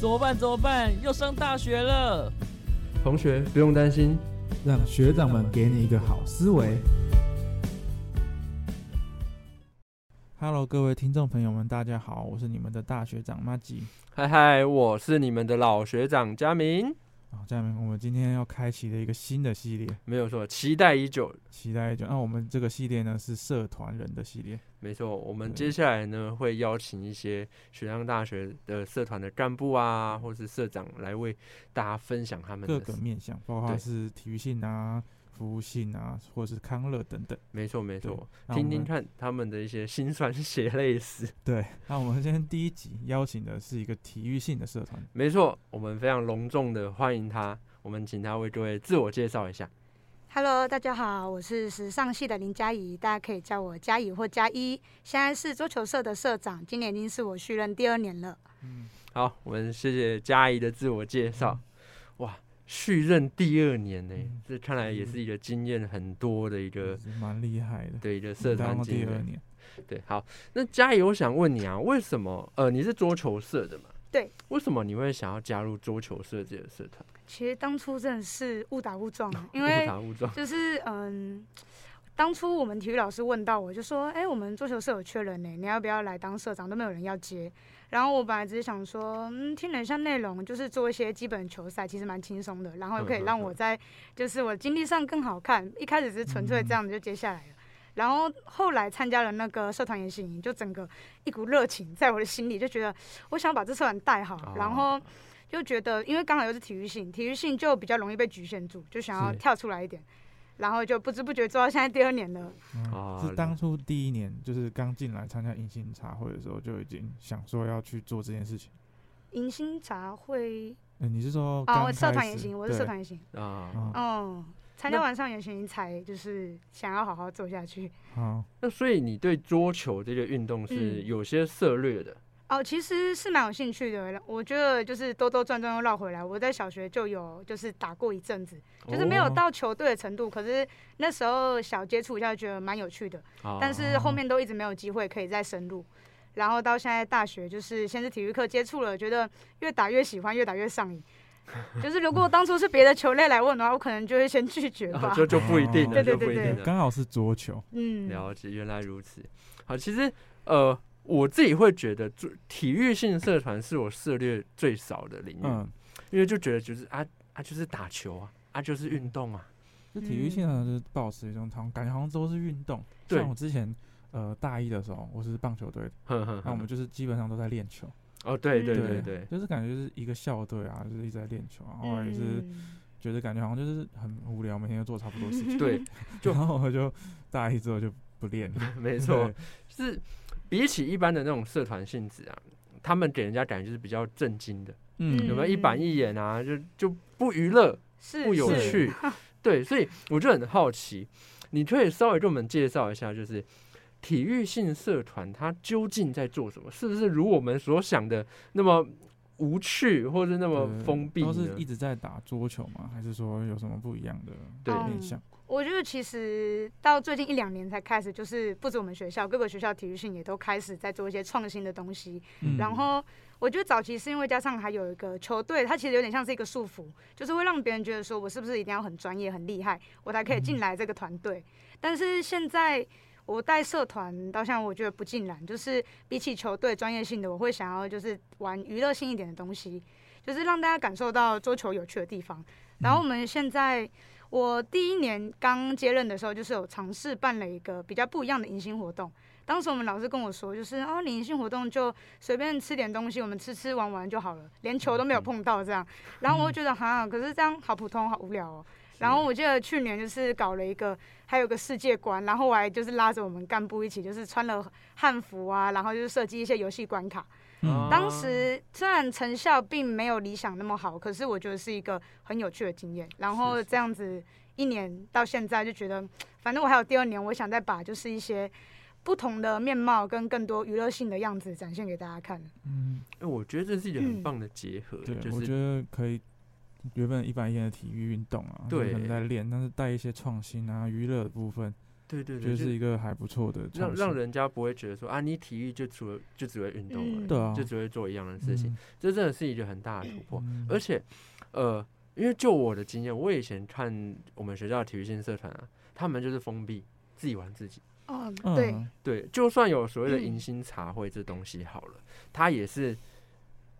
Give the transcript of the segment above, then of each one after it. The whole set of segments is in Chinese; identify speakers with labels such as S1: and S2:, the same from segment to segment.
S1: 怎么办？怎么办？要上大学了。
S2: 同学不用担心，
S3: 让学长们给你一个好思维。
S4: Hello，各位听众朋友们，大家好，我是你们的大学长马吉。
S2: 嗨嗨，我是你们的老学长佳明。
S4: 啊，家人们，我们今天要开启的一个新的系列，
S2: 没有错，期待已久。
S4: 期待就那啊我们这个系列呢是社团人的系列，
S2: 没错，我们
S4: 对
S2: 接下来呢会邀请一些学生大学的社团的干部啊，或是社长来为大家分享他们
S4: 各
S2: 的
S4: 个
S2: 事。
S4: 面向，包括
S2: 对
S4: 是体育性啊、服务性啊，或者是康乐等等。
S2: 没错没
S4: 对
S2: 错，
S4: 那我
S2: 听
S4: 们
S2: 听看他们的一些辛酸血泪史。
S4: 对，那我们今天第一集邀请的是一个体育性的社团。
S2: 没错，我们非常隆重的欢迎他，我们请他为各位自我介绍一下。
S5: Hello，大家好，我是时尚系的林佳怡，大家可以叫我佳怡或佳一。现在是桌球社的社长，今年已经是我续任第二年了。
S4: 嗯，
S2: 好，我们谢谢佳怡的自我介绍。哇，续任第二年呢、
S4: 嗯
S2: 这看来也是一个经验很多的一个
S4: 是蛮厉害的。
S2: 对一个社
S4: 当
S2: 团
S4: 了
S2: 经
S4: 第二
S2: 验。
S4: 年，
S2: 对，好，那佳怡，我想问你啊，为什么呃你是桌球社的嘛？
S5: 对，
S2: 为什么你会想要加入桌球社这个社团？
S5: 其实当初真的是误打误撞，啊因
S2: 误
S5: 为
S2: 打误撞，
S5: 就是嗯，当初我们体育老师问到我，就说：“哎、我们桌球社有缺人呢、你要不要来当社长？都没有人要接。”然后我本来只是想说，嗯，听了一下内容，就是做一些基本球赛，其实蛮轻松的，然后也可以让我在就是我经历上更好看。一开始只是纯粹这样子就接下来了。然后后来参加了那个社团研习营，就整个一股热情在我的心里，就觉得我想把这社团带好，
S4: 哦
S5: 然后就觉得因为刚好又是体育性，体育性就比较容易被局限住，就想要
S2: 是
S5: 跳出来一点，然后就不知不觉做到现在第二年了。
S4: 嗯
S2: 啊
S4: 是当初第一年，就是刚进来参加迎新茶会的时候，就已经想说要去做这件事情。
S5: 迎新茶会
S4: 嗯，你是说
S5: 啊，
S4: 刚
S5: 我社
S4: 开
S5: 团也
S4: 始
S5: 行，我是
S4: 对
S5: 社团也行。
S2: 啊，
S4: 嗯
S5: 哦，参加
S2: 那
S5: 完上游行才就是想要好好做下去。
S4: 好，
S2: 那所以你对桌球这个运动是
S5: 嗯
S2: 有些涉略的。
S5: 哦，其实是蛮有兴趣的，我觉得就是兜兜转转又绕回来。我在小学就有就是打过一阵子，就是没有
S4: 哦
S5: 到球队的程度，可是那时候小接触一下，觉得蛮有趣的。
S2: 啊
S5: 但是后面都一直没有机会可以再深入。然后到现在大学，就是先是体育课接触了，觉得越打越喜欢，越打越 上瘾。就是如果当初是别的球类来问的话，我可能就会先拒绝
S2: 啊
S5: 吧。
S2: 就就不一定了，
S5: 对对
S2: 就不
S5: 对
S2: 一定
S5: 对
S2: 了。
S4: 刚好是桌球，
S5: 嗯，
S2: 了解，原来如此。好，其实呃，我自己会觉得，最体育性社团是我涉猎最少的领域，
S4: 嗯，
S2: 因为就觉得就是啊啊，就是打球啊，啊就是运动啊，
S4: 就体育
S5: 嗯
S4: 现场就是保持一种好像感觉好像都是运动。
S2: 对
S4: 像我之前呃大一的时候，我是棒球队的，
S2: 哼哼
S4: 那我
S2: 哼。
S4: 们就是基本上都在练球。
S2: 哦，对对对
S4: 对
S2: 对，
S4: 就是感觉就是一个校队啊，就是一直在练球，然后哦也是
S5: 嗯
S4: 觉得感觉好像就是很无聊，每天都做差不多事情。
S2: 对， 就
S4: 然后我就大一之后就不练了。
S2: 没错
S4: 对，，
S2: 就是比起一般的那种社团性质啊，他们给人家感觉就是比较震惊的，有
S4: 嗯，
S2: 没有一板
S5: 嗯
S2: 一眼啊，就就不娱乐，
S5: 是
S2: 不有
S5: 是
S2: 趣。对，所以我就很好奇，你可以稍微跟我们介绍一下，就是体育性社团它究竟在做什么？是不是如我们所想的那么无趣，或是那么
S4: 对
S2: 封闭
S4: 都是一
S2: 呢？
S4: 直在打桌球吗？还是说有什么不一样的
S2: 对
S5: 嗯
S4: 面向？
S5: 我觉得其实到最近一两年才开始，就是不止我们学校，各个学校体育性也都开始在做一些创新的东西。
S4: 嗯
S5: 然后我觉得早期是因为加上还有一个球队，它其实有点像是一个束缚，就是会让别人觉得说我是不是一定要很专业、很厉害，我才可以进来这个团队。但是现在我带社团到现在，我觉得不尽然，就是比起球队专业性的，我会想要就是玩娱乐性一点的东西，就是让大家感受到桌球有趣的地方。然后我们现在。我第一年刚接任的时候，就是有尝试办了一个比较不一样的迎新活动。当时我们老师跟我说，就是哦，你迎新活动就随便吃点东西，我们吃吃玩玩就好了，连球都
S2: 嗯
S5: 没有碰到这样。然后我就觉得哈，可是这样好普通，好无聊哦。然后我记得去年就是搞了一个，还有个世界观，然后我还就是拉着我们干部一起，就是穿了汉服啊，然后就是设计一些游戏关卡。
S2: 啊
S4: 嗯
S5: 当时虽然成效并没有理想那么好，可是我觉得是一个很有趣的经验。然后
S2: 是
S5: 这样子一年到现在就觉得，反正我还有第二年，我想再把就是一些不同的面貌跟更多娱乐性的样子展现给大家看。
S4: 嗯，
S2: 哎我觉得这是一个很
S5: 嗯
S2: 棒的结合，
S4: 对，
S2: 就
S4: 我觉
S2: 是
S4: 得可以。原本一板一眼的体育运动啊，就是可
S2: 对
S4: 能在练，但是带一些创新啊、娱乐的部分，
S2: 对对
S4: 觉
S2: 对，
S4: 得
S2: 就是
S4: 一个还不错的尝
S2: 让
S4: 试，
S2: 让人家不会觉得说啊，你体育就除了就只会运动而已，
S5: 嗯
S4: 对啊，
S2: 就只会做一样的事情，这真的是一个很大的突破。
S4: 嗯，
S2: 而且，呃，因为就我的经验，我以前看我们学校的体育性社团啊，他们就是封闭，自己玩自己。
S5: 哦，
S4: 嗯
S5: 对，
S2: 对，就算有所谓的
S5: 嗯
S2: 迎新茶会这东西好了，它也是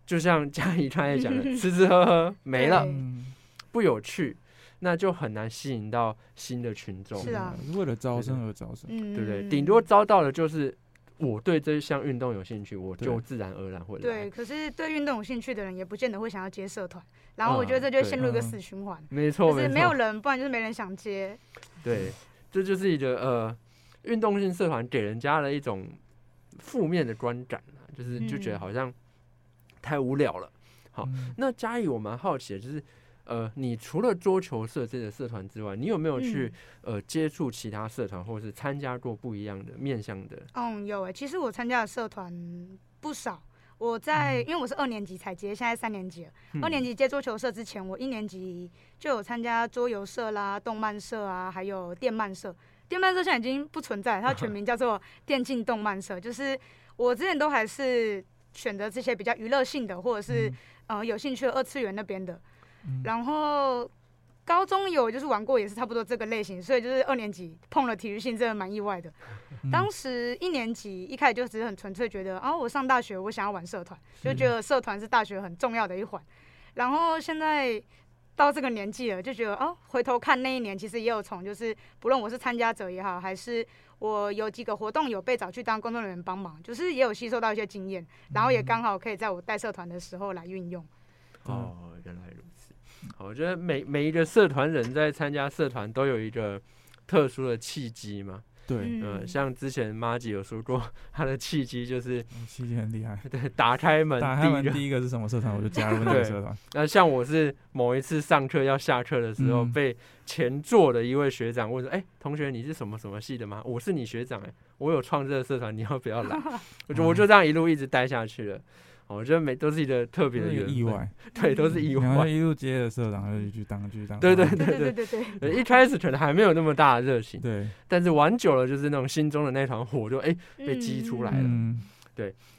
S2: 就像 嘉怡刚才讲 的，吃吃喝喝没了，
S5: 对
S4: 嗯，
S2: 不有趣，那就很难吸引到新的群众，
S5: 是啊，
S4: 为了招
S2: 对
S4: 生而招生，
S5: 嗯，
S2: 对不对？顶多遭到的就是我对这项运动有兴趣，我就
S4: 对
S2: 自然而然会来。
S5: 对，可是对运动有兴趣的人，也不见得会想要接社团，然后我觉得这
S2: 嗯
S5: 就会陷入一个
S4: 对
S5: 死循环，
S2: 没错，
S5: 就是
S2: 没
S5: 没有
S2: 错，
S5: 人，不然就是没人想接，
S2: 对，这就是一个呃，运动性社团给人家的一种负面的观感啊，就是就觉得
S5: 嗯
S2: 好像太无聊了。好
S4: 嗯
S2: 那嘉义，我蛮好奇的，就是呃，你除了桌球社这个社团之外，你有没有去、
S5: 嗯
S2: 呃接触其他社团，或者是参加过不一样的面向的？
S5: 嗯，有诶、其实我参加的社团不少。我
S2: 嗯
S5: 在，因为我是二年级才接，现在三年级了。
S4: 嗯
S5: 二年级哦接桌球社之前，我一年级就有参加桌游社啦、动漫社啊，还有电漫社。电漫社现在已经不存在，
S4: 啊
S5: 它全名叫做电竞动漫社。就是我之前都还是选择这些比较娱乐性的，或者是、呃有兴趣的二次元那边的。
S4: 嗯
S5: 然后高中有就是玩过，也是差不多这个类型，所以就是二年级碰了体育性，真的蛮意外的。
S4: 嗯
S5: 当时一年级一开始就只是很纯粹觉得，啊，我上大学我想要玩社团，就是觉得社团是大学很重要的一环。然后现在到这个年纪了，就觉得哦，回头看那一年，其实也有从就是不论我是参加者也好，还是我有几个活动有被找去当工作人员帮忙，就是也有吸收到一些经验，
S2: 嗯
S5: 然后也刚好可以在我带社团的时候来运用。嗯
S2: 哦，原来如此。好，我觉得每每一个社团人在参加社团都有一个特殊的契机嘛。
S4: 对，
S5: 嗯
S2: 呃，像之前妈吉有说过，她的契机就是
S5: 嗯
S4: 你七姐很厉害。
S2: 对打开门
S4: 打开门
S2: 第一个。
S4: 第一个是什么社团，我就 加入那个
S2: 对
S4: 社团。
S2: 那像我是某一次上课要下课的时候，
S4: 嗯
S2: 被前座的一位学长问说：“哎、同学，你是什么什么系的吗？我是你学长哎、我有创这个社团，你要不要来？” 我就我就这样一路一直待下去了。哦我觉得每都是一个特别的
S4: 是一
S2: 缘
S4: 个
S2: 分
S4: 意，外， 嗯
S2: 对，都是意
S4: 然后
S2: 外。
S4: 一路接着社长就去当去当，
S2: 对对
S5: 对对对对，
S2: 对一开始可能还没有那么大的热情，
S4: 对，
S2: 但是玩久了就是那种心中的那团火就哎、 被激出来了
S4: 嗯，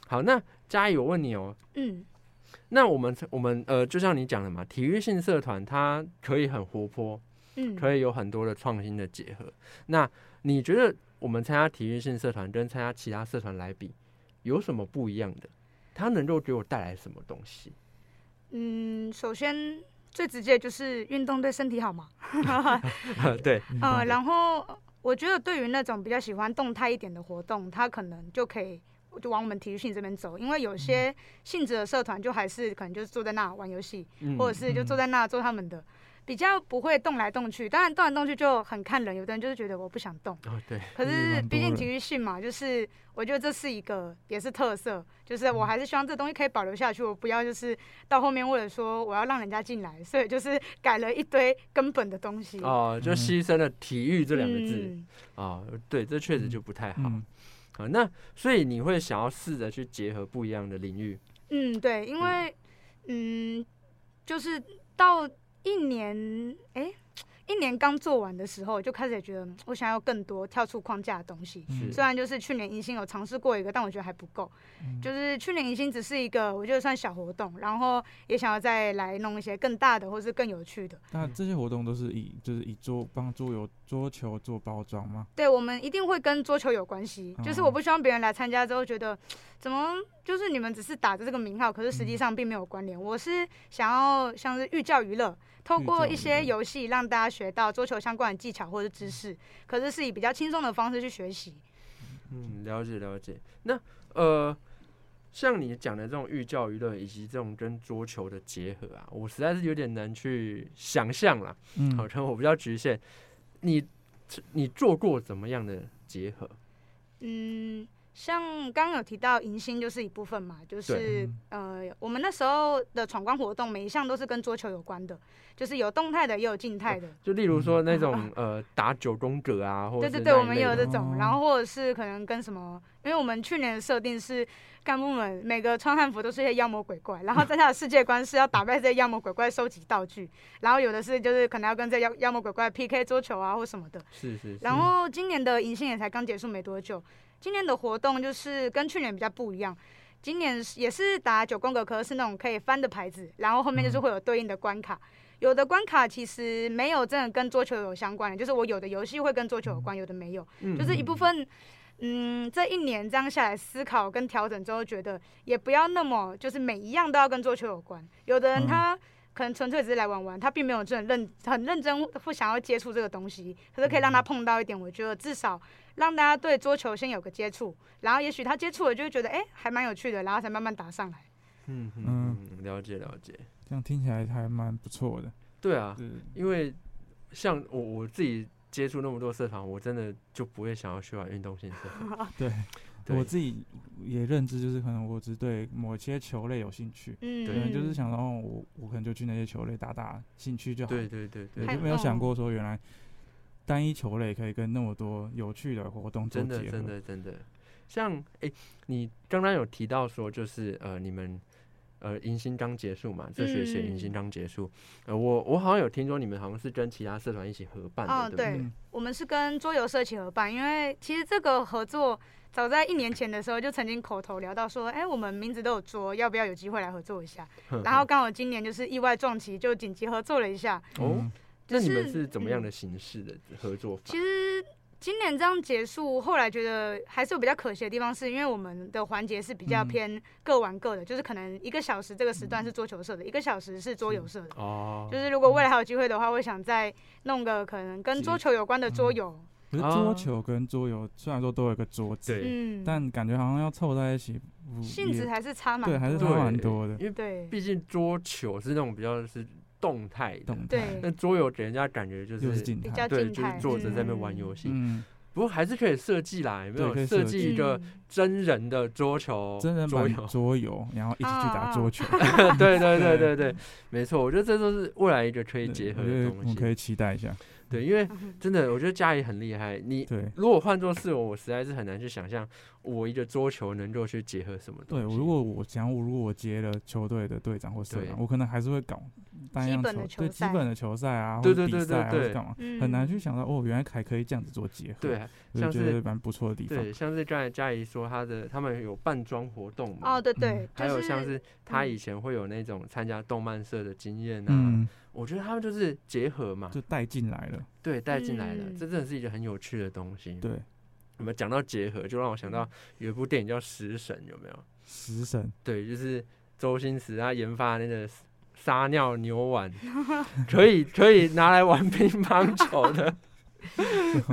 S2: 好。那嘉怡，我问你哦，
S5: 嗯，
S2: 那我们我们呃，就像你讲的嘛，体育性社团它可以很活泼，
S5: 嗯嗯，
S2: 可以有很多的创新的结合。那你觉得我们参加体育性社团跟参加其他社团来比，有什么不一样的？它能够给我带来什么东西？
S5: 嗯，首先最直接就是运动对身体好嘛。
S2: 对，
S5: 嗯，然后我觉得对于那种比较喜欢动态一点的活动，他可能就可以就往我们体育性这边走，因为
S2: 嗯
S5: 有些性质的社团就还是可能就是坐在那玩游戏，
S2: 嗯
S5: 或者是就坐在那做他们的，比较不会动来动去。当然动来动去就很看人，有的人就是觉得我不想动。
S2: 哦，对，
S5: 可
S4: 嗯
S5: 是
S4: 蛮多
S5: 毕竟
S4: 人
S5: 体育性嘛，就是我觉得这是一个也是特色，就是
S2: 嗯
S5: 我还是希望这东西可以保留下去，我不要就是到后面为了说我要让人家进来，所以就是改了一堆根本的东西。
S2: 哦，就
S4: 嗯
S2: 牺牲了体育这两个字
S5: 嗯
S2: 啊、哦，对，这确实就不太好。
S4: 嗯，
S2: 好，那所以你会想要试着去结合不一样的领域，
S5: 嗯，对，因为嗯，就是到一年，哎、一年刚做完的时候，就开始觉得嗯我想要更多跳出框架的东西。
S4: 嗯
S2: 是
S5: 虽然就是去年迎新有尝试过一个，但我觉得还不够。
S4: 嗯
S5: 就是去年迎新只是一个，我觉得算小活动，然后也想要再来弄一些更大的或是更有趣的。
S4: 那这些活动都是以就是以桌帮桌游桌球做包装吗？
S5: 对，我们一定会跟桌球有关系，就是我
S4: 哦
S5: 不希望别人来参加之后觉得，怎么就是你们只是打着这个名号，可是实际
S4: 嗯
S5: 上并没有关联。我是想要像是寓教于乐，透
S4: 寓
S5: 过
S4: 教
S5: 一
S4: 于
S5: 些
S4: 乐嗯
S5: 游戏让大家学到桌球相关的技巧或者知识，可是是以比较轻松的方式去学习。
S2: 嗯，了解了解。那呃，像你讲的这种寓教于乐，以及这种跟桌球的结合啊，我实在是有点难去想象啦。
S4: 嗯
S2: 好，可能我比较局限。你你做过怎么样的结合？
S5: 嗯，像刚刚有提到迎新就是一部分嘛，就是
S4: 嗯
S5: 呃，我们那时候的闯关活动每一项都是跟桌球有关的，就是有动态的也有静态的。
S2: 就例如说那种呃打九宫格啊，或者
S5: 嗯对
S2: 是那
S5: 对对，
S2: 一
S5: 我们
S2: 类
S5: 也有
S2: 的哦
S5: 这种，然后或者是可能跟什么，因为我们去年的设定是干部们每个穿汉服都是一些妖魔鬼怪，然后在他的世界观是要打败这些妖魔鬼怪，收集道具，然后有的是就是可能要跟这些妖妖魔鬼怪 PK 桌球啊或什么的。
S2: 是是是
S5: 然后今年的迎新也才刚结束没多久，今年的活动就是跟去年比较不一样。今年是也是打九宫格，可是是那种可以翻的牌子，然后后
S2: 嗯
S5: 面就是会有对应的关卡。有的关卡其实没有真的跟桌球有相关的，就是我有的游戏会跟桌球有
S2: 嗯
S5: 关，有的没有， 就是一部分。嗯，这一年这样下来思考跟调整之后，觉得也不要那么就是每一样都要跟桌球有关。有的人
S4: 嗯
S5: 他可能纯粹只是来玩玩，他并没有真的认很认真会想要接触这个东西，可是可以
S4: 嗯
S5: 让他碰到一点，我觉得至少让大家对桌球先有个接触，然后也许他接触了就会觉得哎、诶还蛮有趣的，然后才慢慢打上来。
S2: 嗯嗯
S4: 嗯
S2: 嗯嗯，了解了解，
S4: 这样听起来还蛮不错的。
S2: 对啊，
S4: 对，。
S2: 因为像我我自己接触那么多社团，我真的就不会想要去玩运动性社 团
S5: 啊
S4: 对，
S2: 对
S4: 我自己也认知，就是可能我只对某些球类有兴趣，
S5: 嗯，
S4: 可能
S5: 嗯
S4: 就是想到我我可能就去那些球类打打兴趣就好，
S2: 对对对
S4: 对，
S2: 对，
S5: 还
S4: 就没有想过说原来单一球类可以跟那么多有趣的活动做
S2: 真
S4: 结
S2: 的真
S4: 合。
S2: 的真的，像诶，你刚刚有提到说，就是呃，你们呃迎新刚结束嘛，这学期的迎新
S5: 嗯
S2: 刚结束，呃，我我好像有听说你们好像是跟其他社团一起合办的，
S5: 哦
S2: 对不
S5: 对我们是跟桌游社一起合办，因为其实这个合作早在一年前的时候就曾经口头聊到说，哎、我们名字都有桌，要不要有机会来合作一下？
S2: 哼
S5: 然后刚好今年就是意外撞期，就紧急合作了一下。
S2: 哦，
S4: 嗯
S2: 那你们
S5: 就是
S2: 是怎么样
S5: 嗯
S2: 的形式的合作法？
S5: 其实今年这样结束，后来觉得还是有比较可惜的地方，是因为我们的环节是比较
S4: 嗯
S5: 偏各玩各的，就是可能一个小时这个时段是桌球社的，一个小时是桌游社的。
S2: 哦，
S5: 就是如果未来还有机会的话，我想再弄个可能跟桌球有关的桌游。
S4: 可是
S2: 啊
S4: 桌球跟桌游虽然说都有一个桌子，
S2: 对
S5: 嗯，
S4: 但感觉好像要凑在一起，不
S5: 性质
S4: 也
S5: 还是差蛮
S4: 对，还是
S5: 多
S4: 差
S5: 的
S4: 蛮多的。
S2: 因为
S5: 对
S2: 毕竟桌球是那种比较是动态的，
S4: 动态
S5: 对
S2: 那桌游给人家感觉就
S4: 又是
S2: 是。
S4: 静
S5: 比
S4: 态
S5: 较，
S2: 对，
S5: 静
S2: 就是
S5: 态，
S2: 坐着在那边玩游戏，
S4: 嗯，
S2: 不过还是可以设计啦，有没
S4: 对可
S2: 有
S4: 以
S2: 设
S4: 设
S2: 计
S4: 计
S2: 一个
S5: 嗯
S2: 真人的桌球？
S4: 真人
S2: 桌
S4: 版
S2: 游，
S4: 桌游，然后一起去
S5: 啊
S4: 打桌球，
S2: 对对对对对，没错，我觉得这都是未来一个可以结合
S4: 我觉
S2: 的
S4: 得
S2: 东
S4: 我们可
S2: 西。
S4: 以期待一下。
S2: 对，因为
S5: 嗯
S2: 真的，我觉得嘉怡很厉害。你
S4: 对，
S2: 如果换做是我，我实在是很难去想象我一个桌球能够去结合什么东
S4: 对
S2: 西。
S4: 我如果我想我如果我接了球队的队长或社
S2: 对
S4: 长，我可能还是会搞单样
S5: 基本的球
S4: 对基
S5: 赛
S4: 本的球赛啊，或
S2: 对
S4: 者
S2: 对
S4: 比
S2: 对
S4: 赛啊，
S2: 对
S4: 或
S2: 对
S4: 者干嘛，
S5: 嗯
S4: 很难去想到哦，原来还可以这样子做结合。
S2: 对，，
S4: 我
S2: 像
S4: 就觉
S2: 是
S4: 得蛮不错的地方
S2: 对，。像是刚才嘉怡说，她的他们有扮装活动嘛，
S5: 哦，对对，
S2: 嗯还
S5: 就
S2: 有
S5: 是
S2: 像是她
S5: 嗯
S2: 以前会有那种参加动漫社的经验啊，
S4: 嗯，
S2: 我觉得他们就是结合嘛，
S4: 就带进来了。
S2: 对，带进来了，
S5: 嗯
S2: 这真的是一个很有趣的东西。
S4: 对，
S2: 我们讲到结合，就让我想到有一部电影叫《食神》，有没有？
S4: 食 神
S2: 对，就是周星驰他研发的那个撒尿牛丸，可以可以拿来玩乒乓球的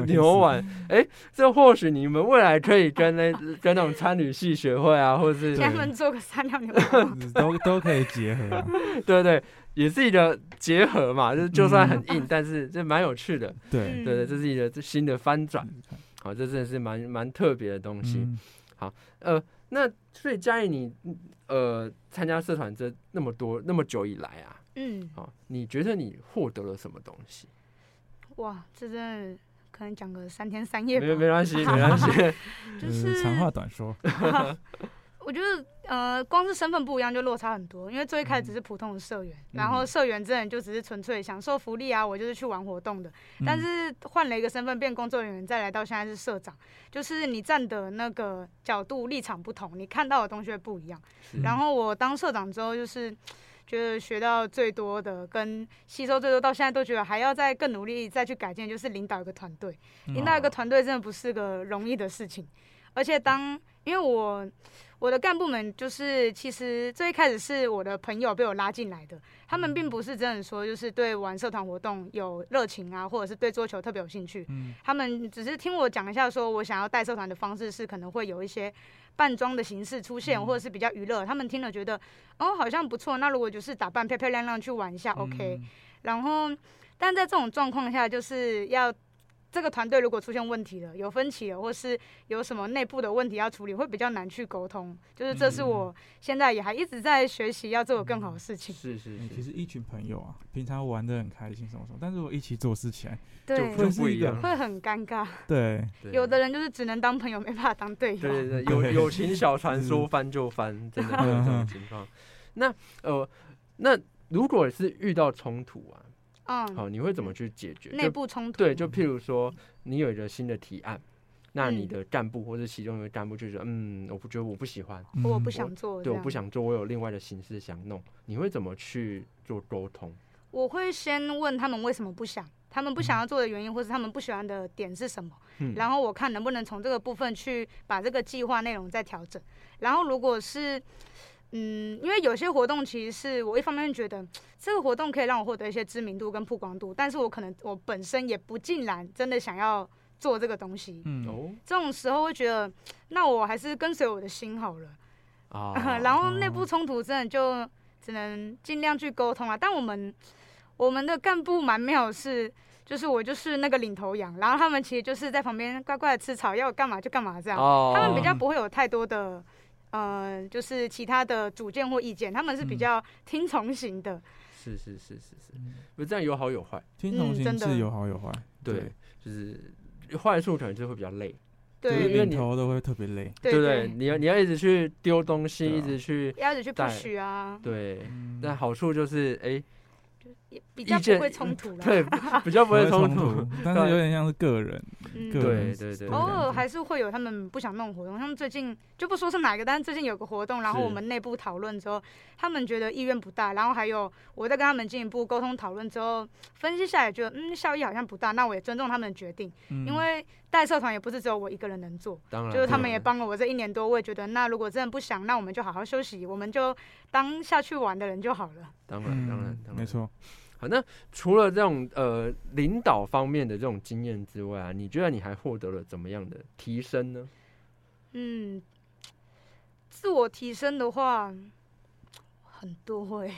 S2: 牛丸。哎、这或许你们未来可以跟那跟那种参旅系学会啊，或者是
S5: 专门做个三料牛肉嘛
S4: 都都可以结合 啊。
S2: 对对，也是一个结合嘛，就是就算很硬，但是这蛮有趣的。
S4: 对，
S2: 对对，这是一个新的翻转，
S4: 嗯
S2: 好，这真的是蛮蛮特别的东西。
S4: 嗯
S2: 呃，那所以嘉义你呃参加社团这那么多那么久以来啊，
S5: 嗯，
S2: 好，你觉得你获得了什么东西？
S5: 哇，这真的可能讲个三天三夜吧
S2: 没，没关系，没关系，
S5: 就
S4: 呃
S5: 是
S4: 长话短 说，
S5: 我觉得呃，光是身份不一样就落差很多，因为最一开始只是普通的社员，然后社员真的就只是纯粹享受福利啊，我就是去玩活动的。但是换了一个身份变工作人员，再来到现在是社长，就是你站的那个角度立场不同，你看到的东西会不一样。
S2: 是
S5: 然后我当社长之后，就是觉得学到最多的跟吸收最多，到现在都觉得还要再更努力再去改进，就是领导一个团队。
S4: 嗯
S5: 领导一个团队真的不是个容易的事情，而且当因为我我的干部们就是其实最一开始是我的朋友被我拉进来的，他们并不是真的说就是对玩社团活动有热情啊，或者是对桌球特别有兴趣，
S4: 嗯
S5: 他们只是听我讲一下，说我想要带社团的方式是可能会有一些扮装的形式出现，或者是比较娱乐，他们听了觉得哦好像不错，那如果就是打扮漂漂亮亮去玩一下，OK，然后，但在这种状况下，就是要这个团队如果出现问题了，有分歧了，或是有什么内部的问题要处理，会比较难去沟通。就是这
S2: 嗯
S5: 是我现在也还一直在学习要做更好的事情。
S2: 是是
S4: 你嗯其
S2: 是，
S4: 实一群朋友啊，平常玩的很开心什么什么，但如果一起做事情，
S5: 对，
S2: 就
S4: 就
S2: 不
S4: 是
S2: 一
S4: 一个
S2: 样。
S5: 会很尴尬。
S4: 对，
S2: 对
S5: 有的人就是只能当朋友，没办法当队友。
S2: 对 对对，友
S4: 对
S2: 友情小
S5: 嗯
S2: 船说翻就翻，真的会有这种情 况。那呃，那如果是遇到冲突啊，
S5: 嗯，
S2: 好，你会怎么去解决？
S5: 内
S2: 就
S5: 部冲突。
S2: 对，就譬如说，你有一个新的提案，那你
S5: 嗯
S2: 的干部或者其中一个干部就说，嗯，我不觉得我不喜欢，
S5: 或我
S4: 嗯
S5: 不想做，
S2: 对，
S5: 这
S2: 我
S5: 样
S2: 不想做，我有另外的形式想弄，你会怎么去做沟通？
S5: 我会先问他们为什么不想，他们不想要做的原因，或是他们不喜欢的点是什么，
S2: 嗯
S5: 然后我看能不能从这个部分去把这个计划内容再调整。然后如果是嗯，因为有些活动其实是我一方面觉得这个活动可以让我获得一些知名度跟曝光度，但是我可能我本身也不尽然真的想要做这个东西，
S4: 嗯，
S2: 哦
S5: 这种时候会觉得那我还是跟随我的心好了。，
S2: 啊
S5: 然后内部冲突真的就只能尽量去沟通啊。但我们我们的干部蛮妙的是，就是我就是那个领头羊，然后他们其实就是在旁边乖乖的吃草，要干嘛就干嘛这样。
S2: 哦，
S5: 他们比较不会有太多的。呃，就是其他的主见或意见，他们是
S2: 嗯
S5: 比较听从型的，
S2: 是是是是是，
S4: 嗯
S2: 不这样有好有坏，
S4: 听同
S5: 嗯
S4: 行
S5: 真的
S4: 是有好有坏，
S2: 对，就是坏处可能就会比较累，
S4: 就是
S2: 因为
S5: 对
S4: 领
S2: 你
S4: 头的会特别累，
S5: 对
S2: 不对？你要你要一直去丢东西，
S4: 对啊
S2: 一直去
S5: 要一直去
S2: 带
S5: push 啊，
S2: 对。
S4: 嗯
S2: 但好处就是， 哎、
S5: 也比较
S2: 意见
S5: 不会冲突啦。
S2: 对，比较不
S4: 不
S2: 会冲
S4: 冲
S2: 突。，
S4: 但
S2: 对
S4: 是有点像是个人，
S5: 嗯
S4: 个人
S2: 对对对
S5: 偶
S2: 这样
S5: 尔还是会有他们不想弄活动，他们最近就不说是哪一个，但是最近有个活动，然后
S2: 是
S5: 我们内部讨论之后，他们觉得意愿不大，然后还有我在跟他们进一步沟通讨论之后，分析下来觉得嗯效益好像不大，那我也尊重他们的决定，
S4: 嗯
S2: 嗯
S5: 因为带社团也不是只有我一个人能做，
S2: 当然，
S5: 就是他们
S2: 当
S5: 也
S2: 然
S5: 帮了我这一年多，我也觉得那如果真的不想，那我们就好好休息，我们就当下去玩的人就好了。
S2: 当然，
S4: 嗯
S2: 当然，当然，
S4: 没。错，
S2: 好，那除了这种呃领导方面的这种经验之外啊，你觉得你还获得了怎么样的提升呢？
S5: 嗯，自我提升的话很多会、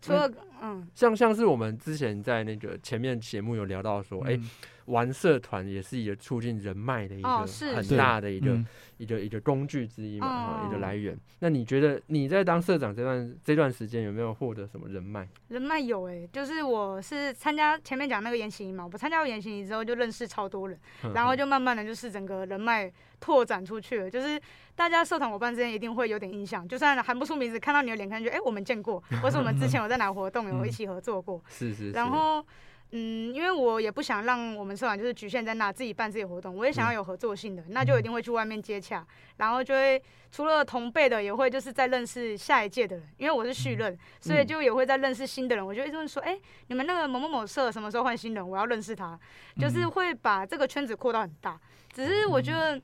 S5: 除了嗯
S2: 像像是我们之前在那个前面节目有聊到说，哎、
S4: 嗯
S2: 玩社团也是一个促进人脉的一个
S5: 哦是
S2: 很
S4: 是
S2: 大的一个、
S4: 嗯
S2: 一个一个工具之一嘛，哈、一个
S5: 哦
S2: 来源。那你觉得你在当社长这段这段时间有没有获得什么人 脉？
S5: 人脉有哎、就是我是参加前面讲那个研习营嘛，我参加过研习营之后就认识超多人，
S2: 嗯
S5: 然后就慢慢的就是整个人脉拓展出去了，就是大家社团伙伴之间一定会有点印象，就算喊不出名字，看到你的脸，看就哎、诶我们见过，或是我们之前有在哪活动有一起合作过，
S2: 是嗯 是是，
S5: 然后。嗯，因为我也不想让我们社团就是局限在那自己办自己的活动，我也
S2: 嗯
S5: 想要有合作性的，那就一定会去外面接洽，然后就会除了同辈的，也会就是在认识下一届的人，因为我是续
S4: 嗯
S5: 任，所以就也会在认识新的人。我就一直问说，哎、你们那个某某某社什么时候换新人？我要认识他，就是
S4: 嗯
S5: 会把这个圈子扩到很大。只是我觉得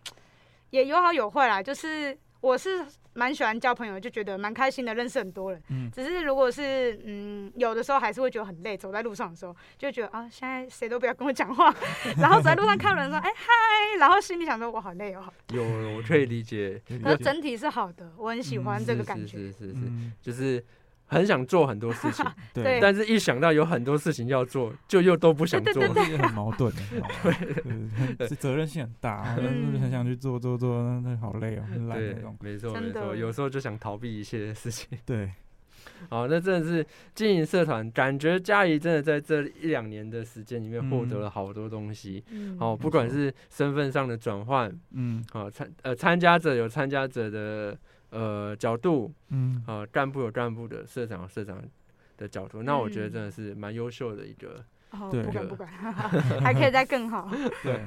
S5: 也有好有坏啦，就是我是蛮喜欢交朋友，就觉得蛮开心的，认识很多人。
S4: 嗯
S5: 只是如果是嗯，有的时候还是会觉得很累，走在路上的时候就觉得啊，现在谁都不要跟我讲话， 然后走在路上看人说哎、嗨，然后心里想说我好累哦。
S2: 有我可以理解，
S4: 有
S5: 可
S4: 点
S5: 是整体是好的，我很喜欢 这个感觉。
S2: 嗯是是是是是，
S4: 嗯
S2: 就是很想做很多事情，
S5: 对
S4: 对，
S2: 但是一想到有很多事情要做，就又都不想做。
S5: 对对
S4: 这个很矛 盾的，对，责任心很大，但是很想去做做做，那那好累哦，很懒那
S2: 嗯对
S4: 种，，
S2: 没错
S5: 真
S2: 没
S5: 的
S2: 错，有时候就想逃避一些事情。
S4: 对，
S2: 好，那真的是经营社团，感觉嘉怡真的在这一两年的时间里面获得
S4: 嗯
S2: 了好多东西。
S5: 嗯
S2: 哦，不管是身份上的转换，
S4: 嗯
S2: 啊参呃参加者有参加者的呃角度，
S4: 嗯，
S2: 啊干部有干部的，社长有社长的角度，那我觉得
S5: 嗯
S2: 真的是蛮优秀的一个
S5: 哦，
S4: 对
S5: 不敢
S2: 就
S5: 不 敢，还可以再更好。嗯
S4: 对，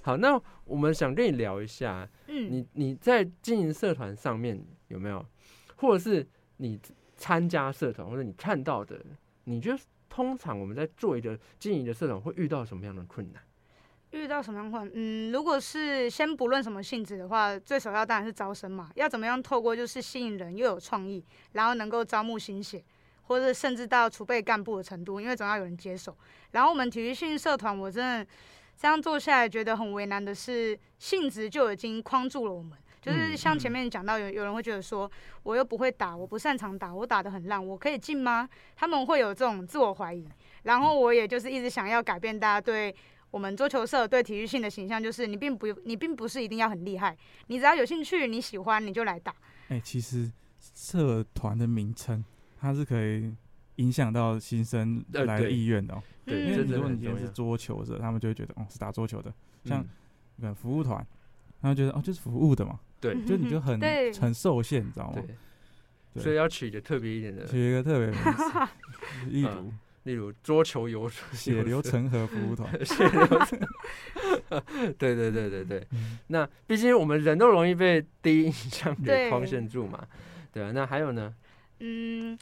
S2: 好，那我们想跟你聊一下，
S5: 嗯，
S2: 你你在经营社团上面有没有，或者是你参加社团，或者你看到的，你觉得通常我们在做一个经营的社团会遇到什么样的困难？
S5: 遇到什么样困难？嗯，如果是先不论什么性质的话，最首要当然是招生嘛。要怎么样透过就是吸引人又有创意，然后能够招募新血，或者甚至到储备干部的程度，因为总要有人接手。然后我们体育性社团，我真的这样做下来觉得很为难的是，性质就已经框住了我们。就是
S2: 嗯
S5: 像前面讲到有有人会觉得说，我又不会打，我不擅长打，我打得很烂，我可以进吗？他们会有这种自我怀疑，然后我也就是一直想要改变大家对我们桌球社对体育性的形象就是，你并不你并不是一定要很厉害，你只要有兴趣，你喜欢你就来打。
S4: 哎、其实社团的名称它是可以影响到新生
S2: 呃
S4: 来的
S2: 对
S4: 意愿的、哦
S2: 对
S5: 嗯
S4: 因为
S2: 这真的
S4: 如果
S2: 很
S4: 你今天
S2: 重
S4: 是
S2: 要
S4: 桌球者，他们就会觉得哦是打桌球的，像
S2: 嗯
S4: 呃服务团，他们觉得哦就是服务的嘛，
S2: 对
S5: 嗯
S4: 就你就很
S5: 对
S4: 很受限，你知道吗？
S2: 对，
S4: 哦对
S2: 所以要取一个特别一点的，
S4: 取一个特别名字， 例如
S2: 嗯例如桌球游
S4: 血流成河服务团，
S2: 血流成 对对对对对，
S4: 嗯
S2: 那毕竟我们人都容易被第一印 象给
S5: 对
S2: 框限住嘛，对啊，那还有呢？
S5: 嗯，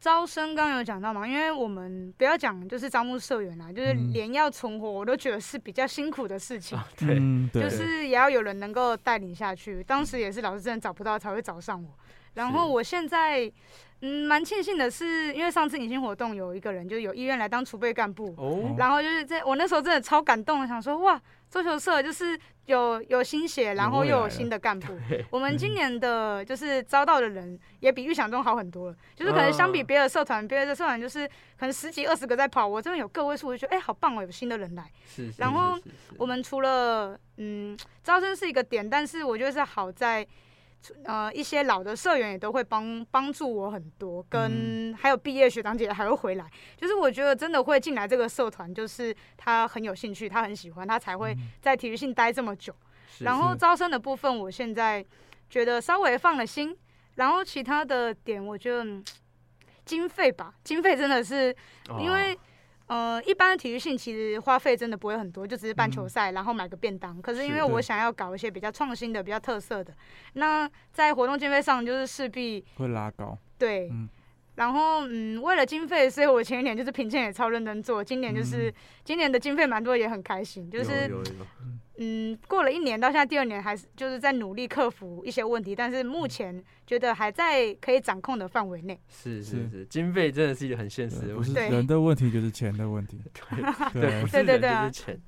S5: 招生刚刚有讲到嘛，因为我们不要讲就是招募社员啦，就是
S4: 嗯
S5: 连要存活我都觉得是比较辛苦的事情，
S2: 啊， 对，
S4: 嗯，对
S5: 就，是也要有人能够带领下去。当时也是老师真的找不到才会找上我，然后
S2: 是
S5: 我现在。嗯，蛮庆幸的是，因为上次迎新活动有一个人就有意愿来当储备干部，
S2: 哦，
S5: 然后就是在我那时候真的超感动，想说哇，桌球社就是有有新血，然后
S4: 未
S5: 又
S4: 来
S5: 有
S4: 了
S5: 新的干部。
S2: 对，
S5: 我们今年的就是招到的人也比预想中好很多了，就是可能相比别的社团，别的社团就是可能十几二十个在跑，我这边有个位数，我就觉得哎、好棒哦，有新的人来。
S2: 是，是
S5: 然
S2: 是
S5: 后
S2: 是是
S5: 我们除了嗯招生是一个点，但是我觉得是好在。呃，一些老的社员也都会帮帮助我很多，
S2: 嗯
S5: 跟还有毕业学长姐还会回来，就是我觉得真的会进来这个社团，就是他很有兴趣，他很喜欢，他才会在体育性待这么久。
S2: 嗯是
S5: 然后
S4: 是
S5: 招生的部分，我现在觉得稍微放了心。然后其他的点，我觉得、嗯经费吧，经费真的是
S2: 哦
S5: 因
S4: 哦
S5: 为、呃，一般的体育性其实花费真的不会很多，就只是办球
S4: 嗯
S5: 赛，然后买个便当。可是因
S4: 是
S5: 为
S4: 对
S5: 我想要搞一些比较创新的、比较特色的，那在活动经费上就是势必
S4: 会拉高，
S5: 对。
S4: 嗯
S5: 然后，嗯，为了经费，所以我前一年就是评鉴也超认真做，今年就是、
S4: 嗯
S5: 今年的经费蛮多，也很开心，就
S2: 有
S5: 是
S2: 有有
S5: 嗯，过了一年到现在第二年，还是就是在努力克服一些问题，但是
S4: 嗯
S5: 目前觉得还在可以掌控的范围内。
S2: 是是
S4: 是
S2: 是，经费真的是一个很现实
S4: 对
S2: 的
S4: 不
S2: 问
S4: 是
S2: 题，
S5: 对
S4: 人的问题就是钱的问题，
S2: 对，
S4: 对
S2: 不是
S5: 对对
S2: 人
S5: 对
S2: 就
S5: 啊
S2: 是钱，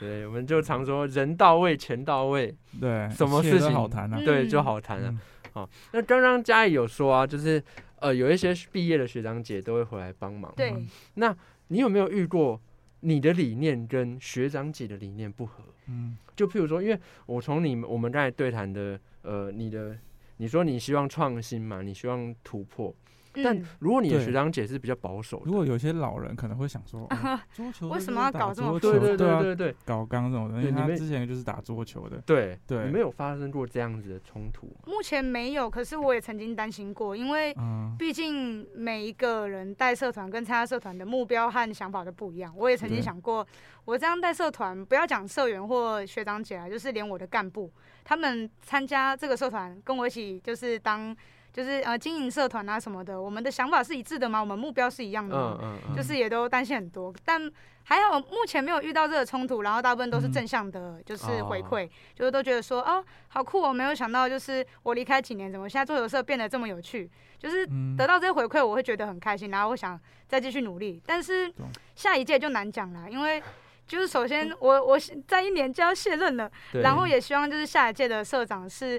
S2: 对，我们就常说人到位，钱到位，
S4: 对，
S2: 什么
S4: 切
S2: 事
S4: 都
S2: 情
S4: 好谈啊，
S2: 对，就
S5: 嗯
S2: 好谈了
S4: 嗯。
S2: 哦，那刚刚嘉义有说啊，就是呃，有一些毕业的学长姐都会回来帮忙。
S5: 对，
S4: 嗯
S2: 你有没有遇过你的理念跟学长姐的理念不合？
S4: 嗯，
S2: 就譬如说，因为我从你们我们刚才对谈的，呃，你的你说你希望创新嘛，你希望突破，但
S5: 嗯、
S2: 如果你的
S4: 对
S2: 学长姐是比较保守
S4: 如
S2: 的，
S4: 果有些老人可能会想 说，哦桌球
S5: 为
S4: 就
S5: 什
S4: 是
S5: 么要
S4: 打
S5: 搞这么
S4: 桌
S2: 对
S4: 球
S2: 对
S4: 对啊
S2: 对对对
S4: 搞刚这种东西，
S2: 对
S4: 因
S2: 你
S4: 为他
S2: 们
S4: 之前就是打桌球的，
S2: 对
S4: 对
S2: 你们有发生过这样子的冲突吗？
S5: 目前没有，可是我也曾经担心过，因为
S4: 嗯，
S5: 毕竟每一个人带社团跟参加社团的目标和想法都不一样。我也曾经
S4: 对
S5: 想过，我这样带社团，不要讲社员或学长姐啊，就是连我的干部，他们参加这个社团，跟我一起就是当就是呃经营社团啊什么的，我们的想法是一致的吗？我们目标是一样的吗
S2: 嗯？嗯嗯，
S5: 就是也都担心很多，但还好目前没有遇到这个冲突，然后大部分都是
S4: 嗯
S5: 正向的，就是回
S2: 哦
S5: 馈，就是都觉得说哦，好酷哦，我没有想到，就是我离开几年，怎么现在做游社变得这么有趣，就是
S4: 嗯
S5: 得到这些回馈，我会觉得很开心，然后我想再继续努力，但是
S4: 懂
S5: 下一届就难讲了，因为。就是首先我我在一年就要卸任了，
S2: 对
S5: 然
S4: 嗯
S5: 后也希望就是下一届的社长是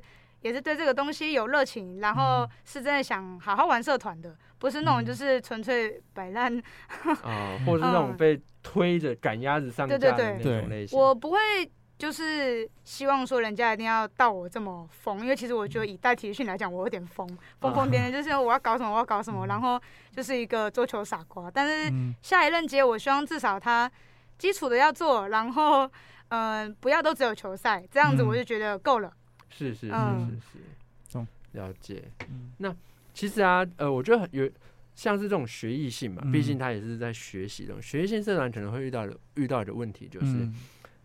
S5: 也是对这个东西有热情，然后
S4: 嗯
S5: 是真的想好好玩社团的，不是那种就是纯粹摆烂
S2: 啊，或者是那种
S5: 嗯
S2: 被推着赶鸭子上架
S5: 对对
S2: 的那
S4: 对
S2: 种类型。
S5: 我不会就是希望说人家一定要到我这么疯，因为其实我
S4: 嗯
S5: 觉得以带体育训来讲，我有点疯，
S4: 哦
S5: 疯疯癫癫，就是我要搞什么我要搞什么，然后就是一个桌球傻瓜。但是
S4: 嗯
S5: 下一任接，我希望至少他基础的要做，然后嗯、呃不要都只有球赛，这样子
S4: 嗯
S5: 我就觉得够了。
S2: 是是是
S5: 嗯
S2: 是是，
S4: 懂
S2: 了解。
S4: 嗯
S2: 其实啊，呃，我觉得很有像是这种学艺性嘛，
S4: 嗯
S2: 毕竟他也是在学习这种学艺性社团可能会遇到的遇到的问题，就是
S4: 嗯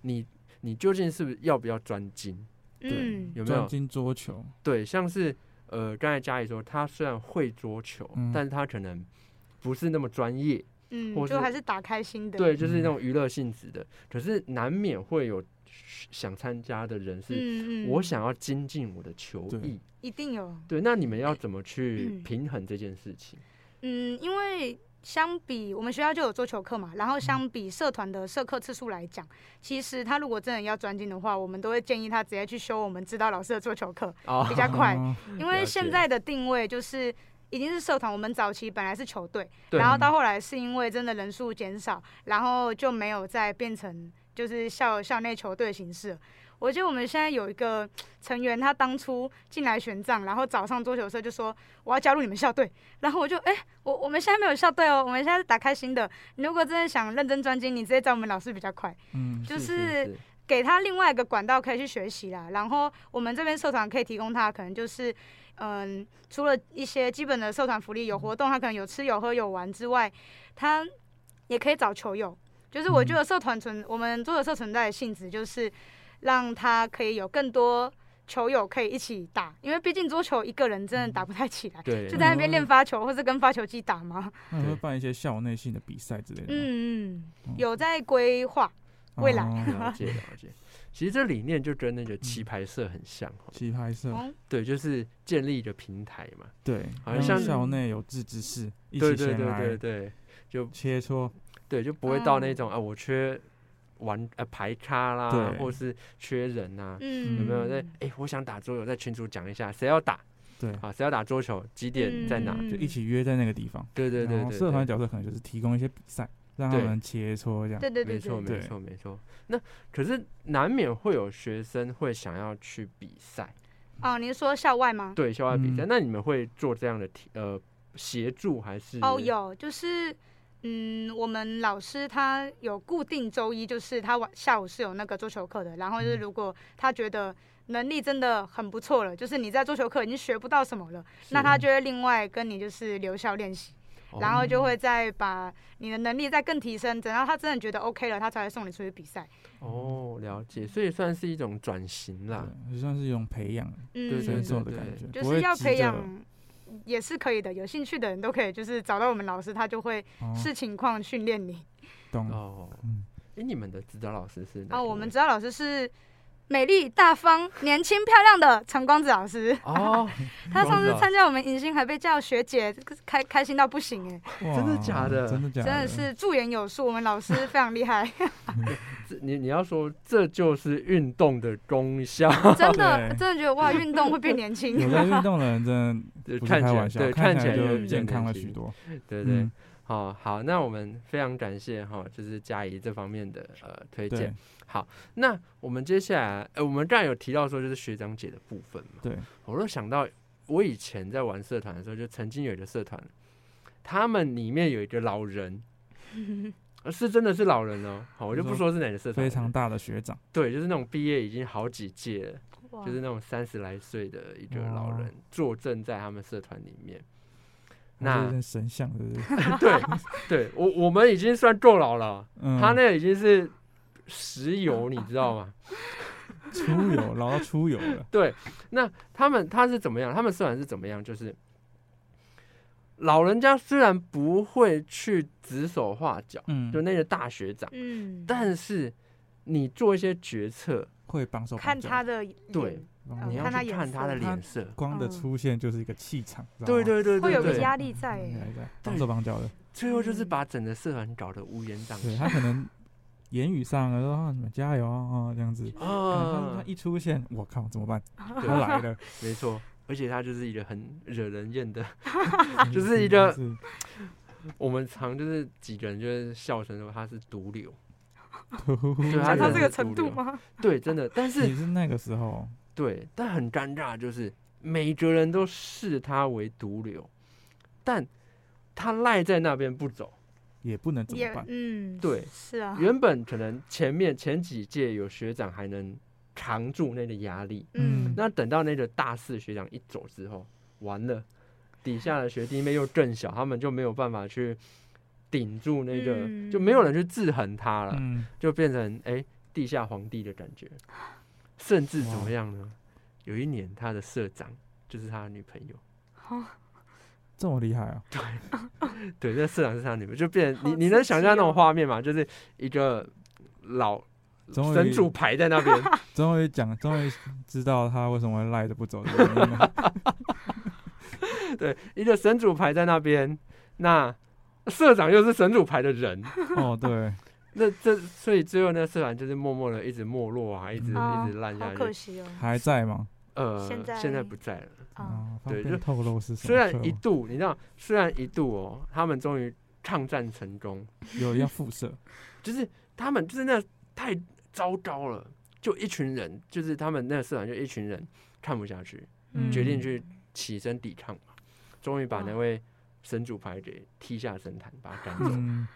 S2: 你你究竟是不是要不要专精，
S5: 嗯，
S2: 有没
S4: 专
S2: 有？
S4: 精桌球，
S2: 对，像是呃，刚才嘉怡说，他虽然会桌球，
S4: 嗯
S2: 但是他可能不是那么专业，
S5: 嗯，
S2: 或是
S5: 就还是打开心的。
S2: 对，就是那
S4: 嗯
S2: 种娱乐性质的，可是难免会有想参加的人是。
S5: 嗯嗯，
S2: 我想要精进我的球
S4: 对
S2: 艺，
S5: 一定有。
S2: 对，那你们要怎么去
S5: 嗯
S2: 平衡这件事 情？
S5: 嗯，因为相比我们学校就有桌球课嘛，然后相比社团的社课次数来讲，其实他如果真的要专精的话，我们都会建议他直接去修我们指导老师的桌球课，
S2: 哦
S5: 比较快
S4: 哦
S5: 因
S2: 了
S5: 为
S2: 解
S5: 现在的定位就是。已经是社团，我们早期本来是球队，
S2: 对
S5: 然后到后来是因为真的人数减少，然后就没有再变成就是校校内球队形式了。我记得我们现在有一个成员，他当初进来玄奘，然后早上桌球社就说我要加入你们校队，然后我就哎、我我们现在没有校队哦，我们现在是打开新的。你如果真的想认真专精，你直接找我们老师比较快。
S4: 嗯，
S5: 就是是给他另外一个管道可以去学习啦。然后我们这边社团可以提供他，可能就是嗯，除了一些基本的社团福利有活动，他可能有吃有喝有玩之外，他也可以找球友。就是我觉得社团
S2: 嗯
S5: 存、我们做的社存在的性质，就是让他可以有更多球友可以一起打，因为毕竟桌球一个人真的打不太起来，
S2: 嗯对
S5: 就在那边练发球或是跟发球机打嘛。
S4: 那你会
S2: 对
S4: 办一些校内性的比赛之类的吗？
S5: 嗯嗯， 有在规划。未来
S4: 哦
S2: 嗯了解了解。其实这理念就跟那个
S4: 嗯
S2: 棋牌社很像哦，
S4: 棋拍社，
S5: 哦
S2: 对，就是建立一个平台嘛。
S4: 对，
S2: 好
S4: 让
S2: 像
S4: 校内有志之士一
S2: 对
S4: 起
S2: 对
S4: 前
S2: 对
S4: 来
S2: 对对，就
S4: 切磋，
S2: 对就不会到那
S5: 嗯
S2: 种啊，我缺玩呃排咖啦，
S4: 对
S2: 或是缺人呐。
S5: 嗯，
S2: 有没有在？哎，我想打桌游，在群主讲一下谁要打
S4: 对，
S2: 啊，谁要打桌球，几点在哪？
S5: 嗯
S4: 就一起约在那个地方。
S2: 对对对
S4: 然后
S2: 对，
S4: 社团
S2: 对
S4: 的角色可能就是提供一些比赛，让他
S2: 对
S4: 们切磋这样。
S5: 对对对
S2: 没
S5: 对
S2: 错，没
S4: 对
S2: 错，没错。那可是难免会有学生会想要去比赛，
S5: 哦，您说校外吗？
S2: 对校外比赛。
S4: 嗯
S2: 那你们会做这样的提呃协助还是？
S5: 哦，有，就是嗯，我们老师他有固定周一，就是他晚下午是有那个桌球课的。然后
S2: 嗯
S5: 就是如果他觉得能力真的很不错了，就是你在桌球课已经学不到什么了，
S2: 是，
S5: 那他就会另外跟你就是留校练习，
S2: 哦
S5: 然后就会再把你的能力再更提升，等到他真的觉得 OK 了，他才会送你出去比赛。
S2: 哦了解，所以算是一种转型啦。
S4: 对，就算是一种培养
S5: 嗯，
S2: 对
S4: 深
S2: 对
S4: 受的感觉，
S5: 就
S4: 不
S5: 是
S4: 会
S5: 要
S4: 急
S5: 培
S4: 着
S5: 养。也是可以的，有兴趣的人都可以，就是找到我们老师，他就会
S4: 哦
S5: 视情况训练你。
S4: 懂
S2: 哦，
S4: 嗯
S2: 哎，你们的指导老师是哪
S5: 哦，
S2: 一
S5: 我
S2: 位
S5: 们指导老师是美丽、大方、年轻、漂亮的陈光子老师。
S2: 哦，
S5: 他上次
S2: 光子
S5: 参加我们迎新还被叫学姐，开开心到不行哎、
S4: 哇
S2: 真的假的
S4: 真的假
S5: 真的
S2: 哎
S5: 是驻颜有术。我们 老师非常厉害，
S2: 这你你要说这就是运动的功效，
S5: 真的
S4: 对
S5: 真的觉得哇，运动会变年
S4: 有
S5: 轻。
S4: 在运动的人真的不是
S2: 看
S4: 开
S2: 起
S4: 玩
S2: 来
S4: 笑，
S2: 对
S4: 看
S2: 看起来
S5: 就
S4: 就
S5: 比较
S4: 健康
S2: 年
S4: 了
S2: 轻
S4: 许多。
S2: 对对。
S4: 嗯，
S2: 哦，好，那我们非常感谢哈、就是佳怡这方面的呃推
S4: 对
S2: 荐。那我们接下来，呃，我们刚才有提到说就是学长姐的部分嘛，
S4: 对，
S2: 我就想到我以前在玩社团的时候，就曾经有一个社团，他们里面有一个老 人，呃是真的是老人哦，好，我就不
S4: 你
S2: 说是哪个社团了，
S4: 非常大的学长，
S2: 对，就是那种毕业已经好几届了，
S5: 哇
S2: 就是那种三十来岁的一个
S4: 哇
S2: 老人坐镇在他们社团里面。
S4: 他
S2: 那
S4: 是神像，对 不对？
S2: 对对，我我们已经算够老了，
S4: 嗯，
S2: 他那个已经是石油，你知道吗？
S4: 出游，老到出游 了，
S2: 对，那他们他是怎么样？他们社团是怎么样？就是老人家虽然不会去指手画脚，
S4: 嗯，
S2: 就那个大学长，
S5: 嗯，
S2: 但是你做一些决策，
S4: 会帮手
S5: 看
S4: 绑脚
S5: 他的脸
S2: 对，
S4: 帮
S5: 嗯
S2: 你
S4: 你
S2: 要
S5: 看他
S2: 去
S5: 眼
S2: 看他的
S5: 色
S2: 脸 色。
S4: 光的
S5: 嗯
S4: 出现就是一个气场，知道
S2: 对
S4: 吗嗯
S2: 对对
S5: 会
S2: 对
S5: 有个
S2: 对，
S5: 压力在
S4: 对
S5: 欸、
S4: 对对绑手绑脚的，
S2: 最后就是
S5: 嗯
S2: 把整个社团搞得乌烟瘴
S4: 对
S2: 气
S4: 他可能言语上啊说啊你们加油啊啊这样子，但是他
S2: 啊，
S4: 一出现，我靠怎么 办？
S2: 对
S4: 他来了，
S2: 没错。而且他就是一个很惹人厌的，就是一个
S4: 是
S2: 我们常就是几个人就是笑声说他是毒 瘤，
S4: 对
S2: 他
S5: 达到
S2: 人是
S5: 这个
S2: 毒
S5: 程度
S2: 瘤
S5: 吗？
S2: 对，真的。但是
S4: 你是那个时候，
S2: 对，但很尴尬，就是每个人都视他为毒瘤，但他赖在那边不走。
S4: 也不能怎
S5: 也
S4: 么办？
S5: 嗯，
S2: 对
S5: 是啊，
S2: 原本可能前面前几届有学长还能扛住那个压力，
S5: 嗯，
S2: 那等到那个大四学长一走之后，完了，底下的学弟妹又更小，他们就没有办法去顶住那个，
S5: 嗯
S2: 就没有人去制衡他了，
S4: 嗯，
S2: 就变成哎、地下皇帝的感觉。甚至怎么样呢？有一年他的社长就是他的女朋友。
S4: 这么厉害啊！
S2: 对，那社长是他女朋友，就变成
S5: 好
S2: 你你能
S5: 刺
S2: 想
S5: 激
S2: 象那
S5: 哦
S2: 种画面吗？就是一个老
S4: 终
S2: 神
S4: 于
S2: 主牌在那 边，
S4: 终于讲，终于知道他为什么会赖着不走的原 因了。
S2: 对，一个神主牌在那边，那社长又是神主牌的人，
S4: 哦，对，
S2: 那这所以最后那社长就是默默的一直没落啊，一直、
S5: 哦
S2: 一直烂
S5: 好
S2: 下
S5: 可
S2: 去。嗯
S5: 惜哦。
S4: 还在吗？
S2: 呃，
S5: 现在
S2: 现在不在了。
S4: 啊，
S5: 哦，
S4: 方
S2: 对
S4: 便
S2: 就
S4: 透露是什么
S2: 虽然一
S4: 课吗
S2: 度，你知道，虽然一度哦，他们终于抗战成功，
S4: 有要辐射，
S2: 就是他们就是那太糟糕了，就一群人，就是他们那个社团就一群人看不下去，
S5: 嗯
S2: 决定去起身抵抗嘛，终于把那
S5: 哇
S2: 位神主牌给踢下神坛，把他赶 走。
S4: 嗯，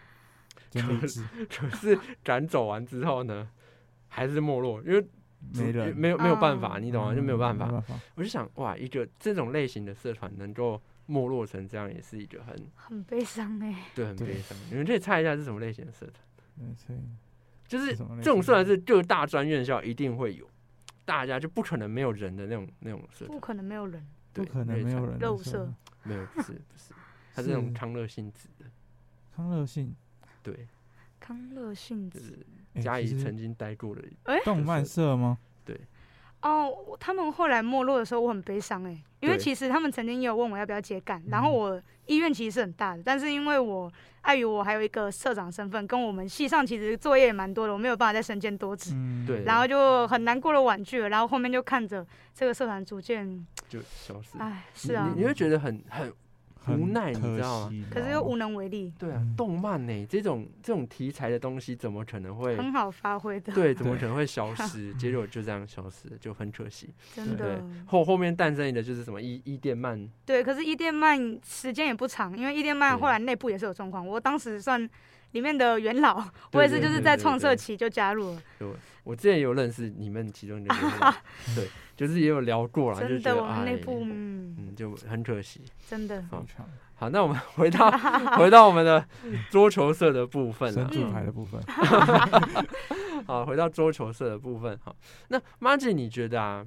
S4: 真理智，
S2: 可是赶走完之后呢，还是没落，因为
S4: 没人，
S2: 没有没有办法，
S4: 嗯
S2: 你懂吗？啊就没有办法。
S4: 法，
S2: 我就想，哇，一个这种类型的社团能够没落成这样，也是一个很
S5: 很悲伤哎，
S2: 对很
S4: 对
S2: 悲伤。你们可以猜一下是什么类型的社团？
S4: 嗯所以
S2: 就是
S4: 是什么类
S2: 这种
S4: 型
S2: 社团是各大专院校一定会有，大家就不可能没有人的那种那种社团
S5: 不。可能没有人。
S2: 对
S4: 不可能没有，人
S5: 肉
S4: 的时候
S5: 色，
S2: 你可以猜没有不是不 是，它是那种
S4: 是
S2: 康乐性质的。
S4: 康乐性，
S2: 对，
S5: 康乐性
S2: 就
S5: 质
S2: 是
S4: 哎
S2: 嘉
S4: 其
S2: 怡
S4: 实
S2: 曾经待过的，
S4: 动漫社吗？
S5: 哦，我他们后来没落的时候，我很悲伤哎，因为
S2: 对嗯
S5: 其实他们曾经也有问我要不要接干，然后我意愿其实是很大的，但是因为我碍于我还有一个社长身份，跟我们系上其实作业也蛮多的，我没有办法再身兼多职，
S4: 嗯，
S2: 对，
S5: 然后就很难过的婉拒了，然后后面就看着这个社团逐渐，
S2: 就消失。
S5: 哎，
S2: 你
S5: 是啊
S2: 你，你会觉得很很
S4: 很
S2: 无奈
S4: 可
S2: 你知道吗
S4: 惜
S5: 可是又无能为力，
S2: 对啊
S4: 嗯，
S2: 动漫呢、这种这种题材的东西怎么可能会
S5: 很好发挥的，
S2: 对？怎么
S4: 对
S2: 可能会消 失？结果就这样消失，就很可惜。
S5: 真
S2: 对
S5: 的，
S2: 后后面诞生的就是什么伊伊甸漫，
S5: 对。可是伊甸曼时间也不长，因为伊甸曼
S2: 对
S5: 后来内部也是有状况，我当时算里面的元老，
S2: 对
S5: 我也是
S2: 对
S5: 就是
S2: 对
S5: 在
S2: 对
S5: 创
S2: 对
S5: 设期就加入了，
S2: 我之前也有认识你们其中一个人，对，就是也有聊过啦，就
S5: 啊真
S2: 觉
S5: 的，
S2: 得
S5: 我们
S2: 哎
S5: 内，部嗯，
S2: 嗯，就很可惜。
S5: 真的
S2: 好
S4: 非常
S2: 好，那我们 回到 回到我们的桌球社的部分
S4: 神
S2: 了。
S4: 主牌的部分，
S5: 嗯
S2: 好，回到桌球社的部分。好，那 m a g i 你觉得啊，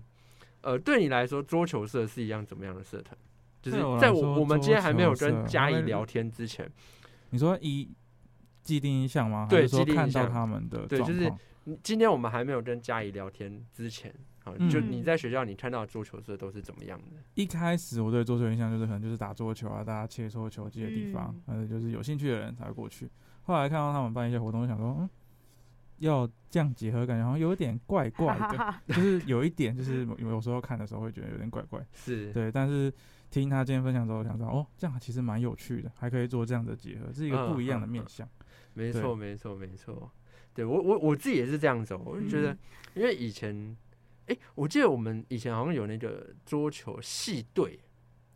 S2: 呃，对你来说，桌球社是一样怎么样的社团？就是
S4: 对我来
S2: 在
S4: 说
S2: 我我们今天还没有
S4: 桌球
S2: 跟
S4: 社
S2: 嘉
S4: 因
S2: 怡
S4: 为
S2: 聊天之前，
S4: 你说一既定印象吗？还
S2: 对
S4: 是说
S2: 既定
S4: 看
S2: 印
S4: 到
S2: 象
S4: 他们的
S2: 对
S4: 状
S2: 就是
S4: 况
S2: 嗯今天我们还没有跟嘉怡聊天之前，啊，就
S4: 嗯
S2: 你在学校你看到的桌球社都是怎么样的？
S4: 一开始我对桌球印象就是可能就是打桌球啊，大家切磋球技的地方
S5: 嗯，
S4: 反正、就是有兴趣的人才会过去。后来看到他们办一些活动，就想说，嗯，要这样结合，感觉好像有点怪怪的， 就是有一点就是有有时候看的时候会觉得有点怪怪。
S2: 是，
S4: 对，但是听他今天分享之后，我想到哦，这样其实蛮有趣的，还可以做这样的结合，是一个
S2: 嗯
S4: 不一样的
S2: 嗯
S4: 面
S2: 嗯
S4: 向。
S2: 没
S4: 对
S2: 错，没错，没错。对我我我自己也是这样子哦、我就觉得，
S5: 嗯
S2: 因为以前，哎、我记得我们以前好像有那个桌球系队，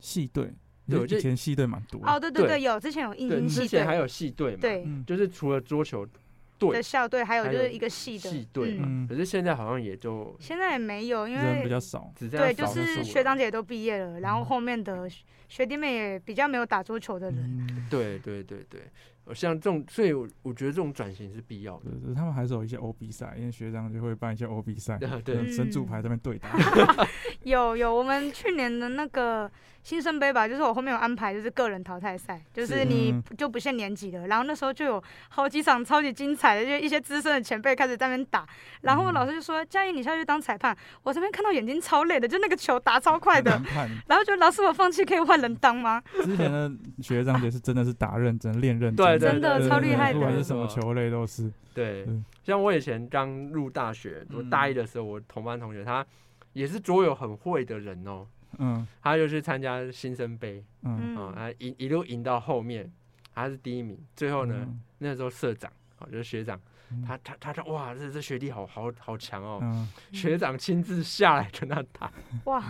S4: 系队，
S2: 对我
S4: 就
S2: 就
S4: 以前系队蛮多的
S5: 哦，对对
S2: 对
S5: 对，有之前有应
S2: 对，
S5: 英
S2: 之
S5: 嗯系
S2: 前还
S5: 队，
S2: 有系队嘛，，
S5: 对
S4: 嗯，
S2: 就是除了桌球
S5: 的
S2: 队
S5: 校队，还有
S2: 还
S5: 就
S2: 有
S5: 是一个系的
S2: 系队嘛，
S4: 嗯
S2: 可是现在好像也就
S5: 现在也没有，因
S4: 人比
S5: 为
S4: 较少。
S2: 只这
S5: 对，
S2: 样
S5: 就
S2: 少数
S5: 是
S2: 了
S5: 学长姐都毕业了，然后后面的学学弟妹也比较没有打桌球的人，
S4: 嗯，
S2: 对对对对，呃像这种，所以我我觉得这种转型是必要的。
S4: 对对，他们还是有一些欧比赛，因为学长就会办一些欧比赛，
S2: 啊对
S4: 嗯神主
S5: 嗯
S4: 牌这边对打。
S5: 有有，我们去年的那个新生杯吧，就是我后面有安排，就是个人淘汰赛，就是
S2: 是
S5: 你
S4: 嗯
S5: 就不限年级了。然后那时候就有好几场超级精彩的，就一些资深的前辈开始在那边打。然后老师就说：“佳怡，你下去当裁判。”我这边看到眼睛超累的，就那个球打超快的
S4: 很。难
S5: 然后就老师，我放弃可以换人当吗？
S4: 看之前的学长姐是真的是打认真、练认真，
S2: 对
S5: 真的
S4: 对
S5: 超
S4: 对
S5: 厉害
S4: 不管
S5: 的
S4: 是什么球类都是。
S2: 对
S4: 嗯，
S2: 像我以前刚入大学，我
S4: 嗯
S2: 大一的时候，我同班同学他也是桌游很会的人哦，
S4: 嗯
S2: 他就去参加新生杯
S4: 嗯，
S2: 啊，
S5: 嗯，
S2: 他赢一路赢到后面，他是第一名，最后呢，
S4: 嗯？
S2: 那时候社长。啊，就是学长，
S4: 嗯
S2: 他他他说哇，这这学弟好好好强哦！
S4: 嗯，
S2: 学长亲自下来跟他打，
S5: 哇，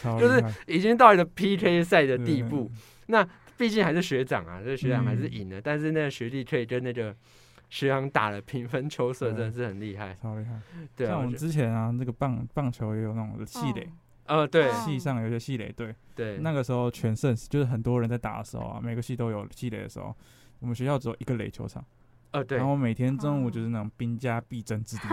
S4: 超
S2: 就
S4: 厉
S2: 是
S4: 害
S2: 已经到了 PK 赛的地
S4: 嗯
S2: 步，毕竟还是学长啊，这学长还是
S4: 嗯
S2: 赢了，但是那个学弟可以跟那个学长打了平分秋色，
S4: 对
S2: 真的是很厉害。
S4: 超厉害。
S2: 对啊，
S4: 像我
S2: 我
S4: 们
S2: 觉得，
S4: 之前啊，那个棒棒球也有那种的系垒
S5: 嗯，
S2: 呃，对
S5: 哦
S4: 系上有一些系垒队，
S2: 对，
S4: 那个时候全盛时就是很多人在打的时候啊，每个系都有系垒的时候，我们学校只有一个垒球场，
S2: 呃对
S4: 然，后每天中午
S5: 哦
S4: 就是那种兵家必争 之地，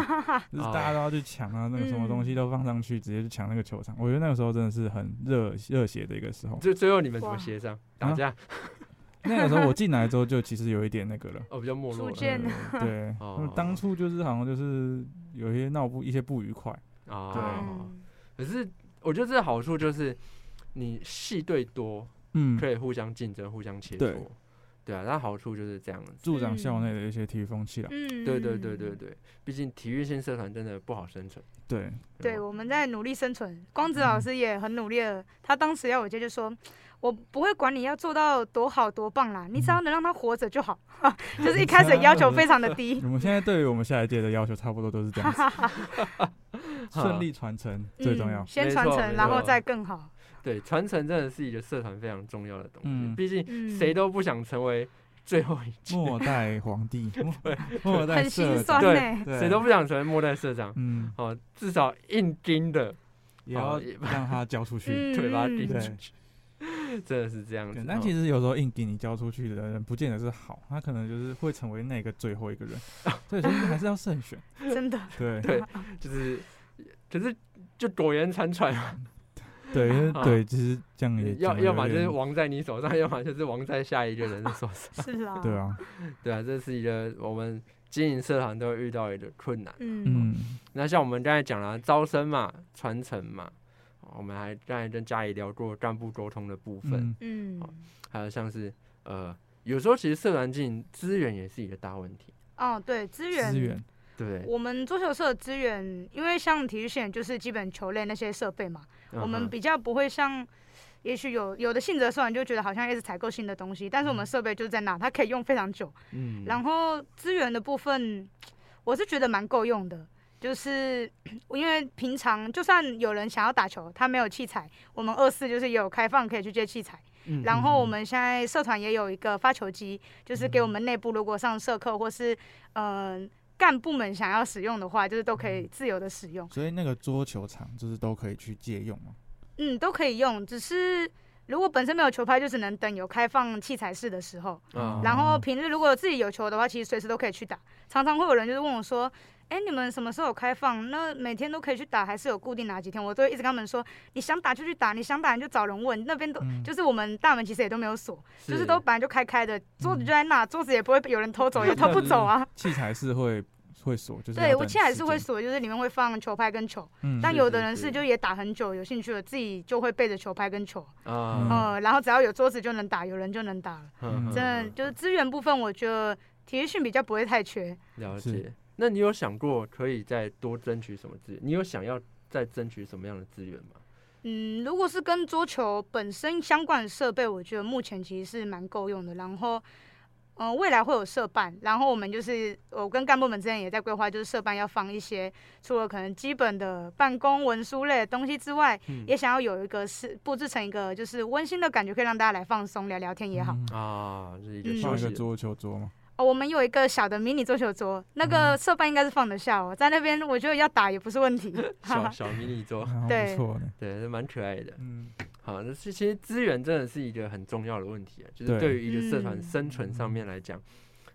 S4: 就是大家都要去抢啊，那个什么东西都放上去，直接去抢那个球场。我觉得那个时候真的是很热热血的一个时候。
S2: 最最后你们怎么
S5: 哇
S2: 协商
S4: 啊
S2: 打架？
S4: 那个时候我进来之后就其实有一点那 个了。
S2: 哦，比较没落
S5: 逐
S2: 了
S5: 渐
S4: 呃对，
S2: 哦
S4: 那么当初就是好像就是有一些闹不一些不愉快，
S5: 啊
S4: 对
S2: 哦。
S5: 嗯
S2: 可是我觉得这个好处就是，你戏队多，
S4: 嗯，
S2: 可以互相竞争、互相切磋
S4: 对。
S2: 对啊，它好处就是这样子。
S4: 助长校内的一些体育风气啦。
S5: 嗯，
S2: 对对对对对，毕竟体育性社团真的不好生存。
S4: 对，嗯
S5: 对，我们在努力生存。光子老师也很努力了，他当时要我接就说，我不会管你要做到多好多棒啦，你只
S4: 嗯
S5: 要能让他活着就好， 就是一开始要求非常的低
S4: 我。们现在对于我们下一届的要求差不多都是这样子， 顺利传承最重要
S5: 嗯。先
S2: 没
S5: 传
S2: 错
S5: 承，
S2: 没
S5: 然后
S2: 错
S5: 再更好。
S2: 对，传承真的是一个社团非常重要的东西，
S4: 嗯
S2: 毕竟
S5: 嗯，
S2: 谁都不想成为最后一届，
S4: 末代皇帝， 末末代
S5: 很心
S4: 社
S5: 酸
S4: 长，
S2: 对
S5: 呢。
S4: 对
S2: 谁都不想成为末代社长。
S4: 嗯，
S2: 哦，至少硬盯的，
S4: 也要
S2: 哦也
S4: 让他交出去。
S5: 嗯
S2: 腿把它
S5: 嗯
S2: 钉
S4: 对
S2: 出去， 真的是这样子
S4: 对。但
S2: 哦
S4: 其实有时候硬给你交出去的人，不见得是好，他可能就是会成为那个最后一 个人。对，所以还是要慎选。
S5: 真的，
S4: 对
S2: 对哦就是，可是就苟延残喘啊嘛，
S4: 对因为
S2: 啊
S4: 对，其实这样也
S2: 要
S4: 嗯讲得有
S2: 要么就是
S4: 点
S2: 亡在你手上，要么就是亡在下一个人的手 上。
S5: 是啦。
S4: 对，啊，
S2: 对啊，这是一个我们经营社团都会遇到一个困难。
S5: 嗯，
S4: 嗯，
S2: 那像我们刚才讲了招生嘛、传承嘛，哦我们还刚才跟嘉怡聊过干部沟通的部分，
S4: 嗯
S5: 嗯，
S2: 还有像是呃，有时候其实社团经营资源也是一个大问题，
S5: 哦，对，资源，
S4: 资源，
S2: 对不对？
S5: 我们桌球社的资源，因为像体育线就是基本球类那些设备嘛，我
S2: 嗯
S5: 们
S2: 哼
S5: 比较不会像，也许有有的信则社团就觉得好像一直采购新的东西，但是
S4: 嗯
S5: 我们设备就在那，它可以用非常久。
S2: 嗯，
S5: 然后资源的部分，我是觉得蛮够用的。就是 因为平常就算有人想要打球，他没有器材，我们二四就是也有开放可以去借器材。
S2: 嗯
S5: 然后我们现在社团也有一个发球机，就是给我们内部如果上社课或是嗯、呃干部们想要使用的话，就是都可以自由的使用，
S4: 所以那个桌球场就是都可以去借用嘛。
S5: 嗯，都可以用。只是如果本身没有球拍，就只能等有开放器材室的时候。
S2: 嗯
S5: 然后
S4: 哦
S5: 平日如果自己有球的话，其实随时都可以去打。常常会有人就是问我说：“哎，你们什么时候有开放？那每天都可以去打，还是有固定哪几天？”我都会一直跟他们说：“你想打就去打，你想打你就找人问。”那边都、
S4: 嗯
S5: 就是我们大门其实也都没有锁，就是都本来就开开的，桌子就在那，桌子也不会被有人偷走，也偷不走啊。
S4: 器材是会会锁，就是
S5: 对，
S4: 要
S5: 我
S4: 等
S5: 器材
S4: 时
S5: 是会
S4: 间，
S5: 锁，就是里面会放球拍跟球，
S4: 嗯
S5: 但
S2: 是
S5: 有
S2: 是
S5: 的人
S2: 是
S5: 是就也打很久，有兴趣了自己就会背着球拍跟球，
S4: 嗯
S2: 啊，
S5: 呃，然后只要有桌子就能打，有人就能打了。
S2: 嗯
S4: 嗯
S5: 真的就是资源部分，我觉得体育训比较不会太缺。
S2: 了
S4: 是
S2: 解。那你有想过可以再多争取什么资源？你有想要再争取什么样的资源吗？
S5: 嗯，如果是跟桌球本身相关的设备，我觉得目前其实是蛮够用的。然后，嗯、未来会有社办，然后我们就是我跟干部们之间也在规划，就是社办要放一些除了可能基本的办公文书类的东西之外，
S2: 嗯
S5: 也想要有一个是布置成一个就是温馨的感觉，可以让大家来放松、聊聊天也好。
S4: 嗯
S2: 啊，是一
S5: 嗯
S2: 个
S4: 放
S2: 休
S4: 一
S2: 息
S4: 个
S2: 的
S4: 桌球桌嘛。
S5: 哦，我们有一个小的迷你桌球桌，那个社办应该是放得下哦，在那边我觉得要打也不是问题。
S2: 小小迷你桌，
S4: 然后不
S5: 对
S4: 错呢。
S2: 对，蛮可爱的。
S4: 嗯，
S2: 好，那是其实资源真的是一个很重要的问题啊，就是
S4: 对
S2: 对于一个社团
S5: 嗯
S2: 生存上面来讲，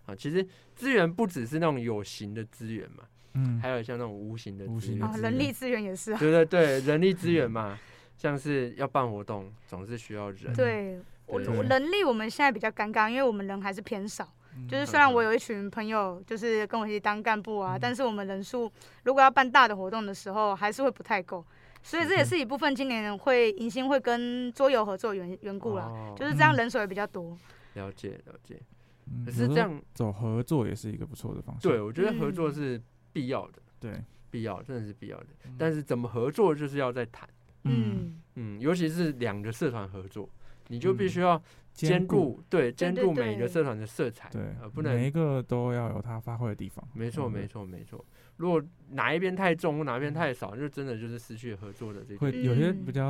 S2: 啊，其实资源不只是那种有形的资源嘛，
S4: 嗯
S2: 还有像那种无形的
S4: 无
S2: 资
S4: 形
S2: 源
S4: 的嗯
S5: 啊，，人力资源也是啊。
S2: 对对对，人力资源嘛，像是要办活动，总是需要人，
S5: 对，我
S2: 嗯对
S5: 我人力我们现在比较尴尬，因为我们人还是偏少。
S2: 嗯
S5: 就是虽然我有一群朋友，就是跟我一起当干部啊，
S4: 嗯
S5: 但是我们人数如果要办大的活动的时候，还是会不太够。所
S2: 嗯
S5: 以这也是一部分今年会迎新会跟桌游合作的缘缘故啦，
S2: 哦
S5: 就是这样
S4: 嗯
S5: 人手也比较多。
S2: 了解了解，
S4: 嗯
S2: 可
S4: 有
S2: 是
S4: 时
S2: 这
S4: 候
S2: 样，
S4: 走合作也是一个不错的方式。
S2: 对我觉得合作
S5: 嗯
S2: 是必要的，
S4: 对，
S2: 必要真的是必要的，
S4: 嗯
S2: 但是怎么合作就是要再谈，
S5: 嗯，
S2: 嗯，尤其是两个社团合作，你就必须要
S4: 嗯兼
S2: 兼顾、对兼
S5: 对
S2: 顾每一
S5: 对
S2: 个社团的色彩，
S4: 对
S2: 呃，，不
S4: 每
S2: 能
S4: 一个都要有他发挥的地方。
S2: 没错
S4: 嗯
S2: 没，错没错，如果哪一边太重或哪一边太少，就真的就是失去合作的这个，
S4: 会有些
S5: 嗯
S4: 比较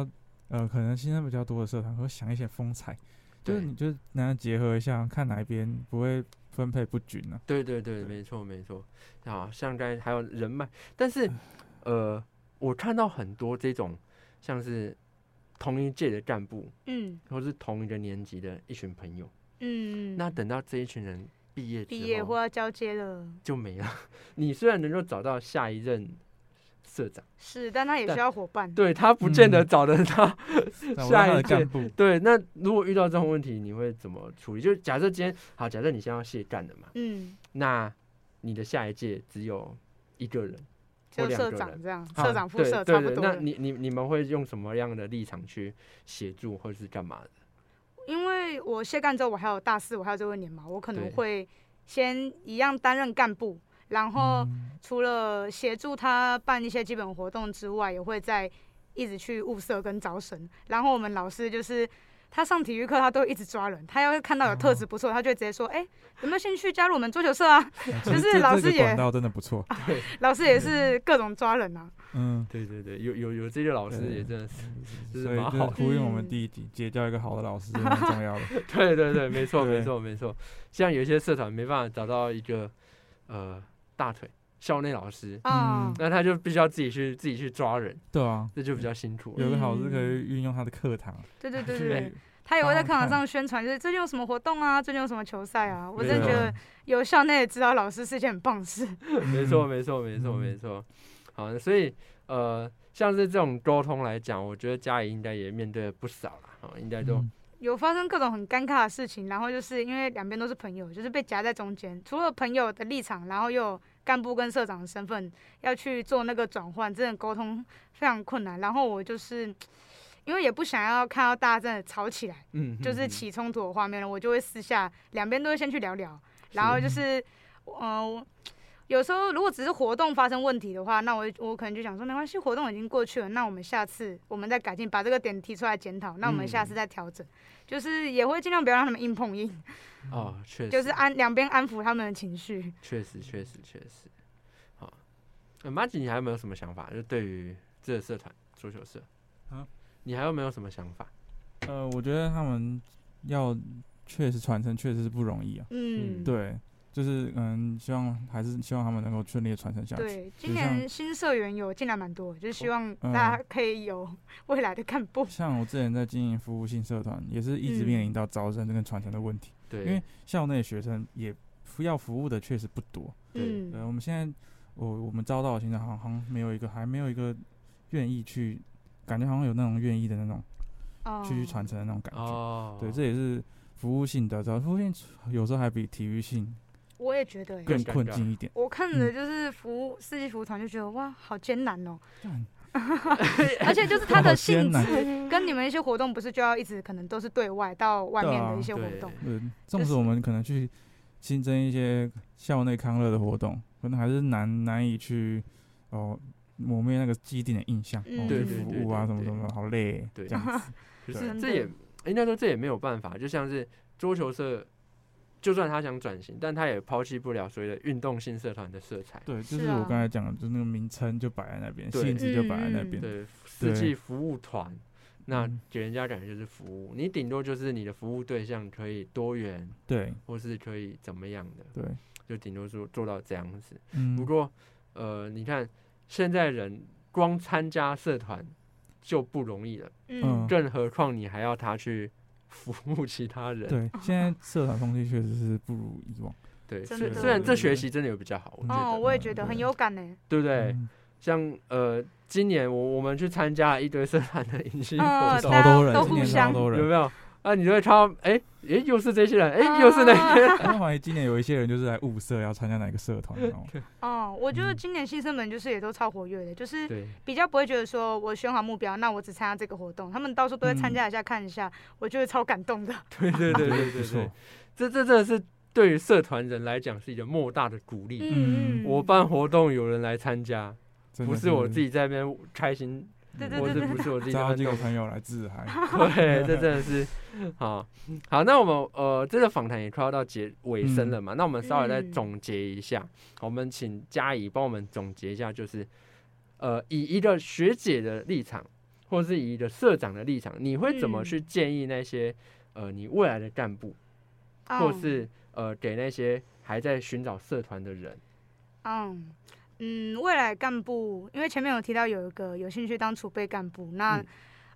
S4: 呃，可能新生比较多的社团会想一些风采，就是
S2: 对
S4: 你就是那样结合一下，看哪一边不会分配不均啊 呢？
S2: 对对对，
S4: 对
S2: 没错没错，啊，像刚才还有人脉，但是
S4: 嗯
S2: 呃，我看到很多这种像是同一届的干部，
S5: 嗯
S2: 或是同一个年级的一群朋友，
S5: 嗯，
S2: 那等到这一群人毕业
S5: 毕
S2: 之
S5: 业
S2: 后
S5: 或要交接了，
S2: 就没了。 你虽然能够找到下一任社长，
S5: 是，但他也
S2: 但
S5: 需要伙伴。
S2: 对他不见得
S4: 嗯
S2: 找得到。
S4: 找不
S2: 下
S4: 到他
S2: 一
S4: 的
S2: 届
S4: 干部，
S2: 对，那如果遇到这种问题，你会怎么处理？就假设今天好，假设你现在要卸干了嘛，
S5: 嗯，
S2: 那你的下一届只有一个人。或
S5: 就
S2: 两
S5: 社
S2: 个
S5: 长
S2: 人
S5: 这样，
S2: 好
S5: 社长副
S2: 对
S5: 社
S2: 对
S5: 差不
S2: 对
S5: 多
S2: 那
S5: 了。
S2: 你你你们会用什么样的立场去协助，或者是干嘛的？
S5: 因为以我卸干之后，我还有大四，我还有最后一年嘛，我可能
S2: 对
S5: 会先一样担任干部，然
S2: 哦
S5: 后
S4: 嗯
S5: 除了协助他办一些基本活动之外，也会在一直去物色跟招生。然后我们老师就是他上体育课，他都一直抓人，他要是看到有特质不错，他就会直接说：“哎、有没有兴趣加入我们桌球社啊
S4: 啊
S5: 就
S4: 其实
S5: 是
S4: 这
S5: 老
S4: 这
S5: 师
S4: 个管
S5: 也啊
S4: 道真的不错，？”
S5: 老师也是各种抓人啊。
S4: 嗯，
S2: 对对对，有有有这些老师也真的是，就是
S4: 所以
S2: 蛮
S4: 就是
S2: 好的
S4: 呼应我们
S5: 嗯
S4: 第一集，结交一个好的 老师真的很重要的。
S2: 对对对， 没错
S4: 对
S2: 没错没错。像有一些社团没办法找到一个呃大腿校内老师，
S5: 嗯
S4: 嗯，
S2: 那他就必须要自己去自己去抓人，
S4: 对啊，
S2: 这就比较辛苦了。
S4: 有个好是可以
S5: 嗯
S4: 运用他的课堂，啊
S5: 对对 对
S2: 对
S5: 对，他也会在课堂上宣传，就是最近有什么活动啊，最近有什么球赛啊。我
S2: 没
S5: 真的觉
S2: 错
S5: 得有校内的指导老师是一件很棒的事。
S2: 没错，没错，没错，
S4: 嗯
S2: 没错。好，所以呃，像是这种沟通来讲，我觉得嘉怡应该也面对了不少啦，哦，应该都、
S4: 嗯
S5: 有发生各种很尴尬的事情，然后就是因为两边都是朋友，就是被夹在中间。除了朋友的立场，然后又有干部跟社长的身份要去做那个转换，真的沟通非常困难。然后我就是因为也不想要看到大家真的吵起来，
S2: 嗯，
S5: 就是
S2: 嗯
S5: 起冲突的画面了，我就会私下两边都会先去聊聊，然后就是，嗯、呃，有时候如果只是活动发生问题的话，那我我可能就想说没关系，活动已经过去了，那我们下次我们再改进，把这个点提出来检讨，那我们
S4: 嗯
S5: 下次再调整，就是也会尽量不要让他们硬碰硬，
S2: 嗯哦，确实，
S5: 就是安两边安抚他们的情绪。
S2: 确实，确实，确实。好，呃马吉，你还有没有什么想法？就对于这个社团足球社，
S4: 啊
S2: 你还有没有什么想法？
S4: 呃，我觉得他们要确实传承确实是不容易啊。
S5: 嗯，
S2: 嗯
S4: 对，就是嗯，希望还是希望他们能够顺利的传承下去。
S5: 对，今
S4: 啊就像
S5: 年新社员有进来蛮多的，就是希望
S4: 嗯
S5: 大家可以有 未来的干部。
S4: 像我之前在经营服务性社团，也是一直
S5: 嗯
S4: 面临到招生跟传承的问题，
S2: 对，
S4: 因为校内学生也服要服务的确实不多。
S2: 对
S4: 对，
S5: 嗯
S4: 我们现在我我们招到的现在好像好像没有一个还没有一个愿意去，感觉好像有那种愿意的那种
S5: 哦
S4: 去去啊传承的那种感觉。
S2: 哦，
S4: 对，这也是服务性的，招服务性有时候还比体育性
S5: 我也觉得欸
S4: 更
S2: 尴
S4: 困
S2: 尬
S4: 境一点。
S5: 我看着
S4: 嗯
S5: 就是服务四季服务团就觉得哇，好艰难 哦，
S4: 干
S5: 而且就是它的性
S4: 好
S5: 质跟你们一些活动不是就要一直可能都是对外到外面的一些活
S2: 对
S5: 动，
S4: 呃，纵
S5: 就
S4: 使
S5: 是
S4: 我们可能去新增一些校内康乐的活动，可能还是难难以去哦磨灭那个既定的印象，哦、去
S5: 对对
S4: 服
S2: 嗯对
S4: 务
S2: 对
S4: 啊什么
S2: 对
S4: 什么，好累，
S2: 对
S4: 这样子，
S2: 可
S4: 对
S2: 是
S5: 真
S2: 这
S5: 的
S2: 也应该说这也没有办法，就像是桌球社，就算他想转型，但他也抛弃不了所谓的运动性社团的色彩。
S4: 对，就是
S5: 是
S4: 我
S5: 啊
S4: 刚才讲的，就是那个名称就摆在那边，
S2: 对
S4: 性质就摆在那
S5: 嗯
S4: 边，
S2: 对，四
S4: 对
S2: 季服务团，那
S4: 嗯
S2: 给人家感觉就是服务，你顶多就是你的服务对象可以多元，
S4: 对
S2: 或是可以怎么样的，
S4: 对，
S2: 就顶多做做到这样子。
S4: 嗯，
S2: 不过，呃，你看现在人光参加社团就不容易了，
S5: 嗯
S4: 嗯
S2: 更何况你还要他去服务其他人。
S4: 对，现在社团风气确实是不如以往，
S2: 对，
S5: 真
S2: 虽
S5: 的
S2: 虽然这
S4: 对
S2: 学
S4: 对
S2: 期真的有比较好，我觉得，
S5: 哦，我也觉得很有感呢，
S2: 对不对？
S4: 嗯
S2: 像呃，今年我我们去参加了一堆社团的迎新活
S5: 嗯
S2: 动，
S5: 大
S4: 超
S5: 家
S4: 多人，
S5: 都
S4: 今
S5: 互
S4: 年超
S5: 相
S4: 多
S2: 有
S4: 人，
S2: 没有？啊，你就会看到，哎、哎、又是这些人，哎、又是那些人，
S5: 啊
S4: 我怀疑今年有一些人就是来物色要参加哪个社团，哦，
S5: 哦，我觉
S4: 嗯
S5: 得今年新生们就是也都超活跃的，就是
S2: 对，
S5: 比较不会觉得说我选好目标，那我只参加这个活动，他们到处都会
S4: 嗯
S5: 参加一下看一下，我觉得超感动的。
S2: 对 对对对
S4: 不
S2: 对
S4: 错
S2: 对，，这这真的是对于社团人来讲是一个莫大的鼓励。
S4: 嗯
S5: 嗯，
S2: 我办活动有人来参加，
S4: 真的
S2: 不是我自
S4: 己，
S2: 己在那边开心，
S5: 对对
S2: 或
S5: 对
S2: 是
S5: 对
S2: 不是我自己在
S4: 交
S2: 那
S4: 几
S2: 边
S4: 个
S2: 弄
S4: 朋友来自嗨。
S2: 对，这真的是好好。那我们呃，这个访谈也快要到结尾声了嘛，那我们稍微再
S5: 嗯
S2: 总结一下，我们请嘉怡帮我们总结一下，就是呃，以一个学姐的立场，或是以一个社长的立场，你会怎么
S5: 嗯
S2: 去建议那些呃你未来的干部，
S5: 嗯
S2: 或是呃给那些还在寻找社团的人？
S5: 嗯嗯，未来干部，因为前面有提到有一个有兴趣当储备干部，那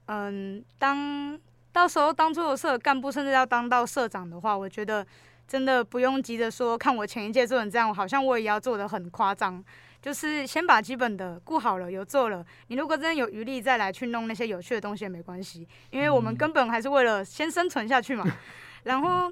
S5: 嗯当到时候当做社干部，甚至要当到社长的话，我觉得真的不用急着说，看我前一届做成这样，好像我也要做的很夸张。就是先把基本的顾好了，有做了，你如果真的有余力再来去弄那些有趣的东西也没关系，因为我们
S4: 嗯
S5: 根本还是为了先生存下去嘛。然后，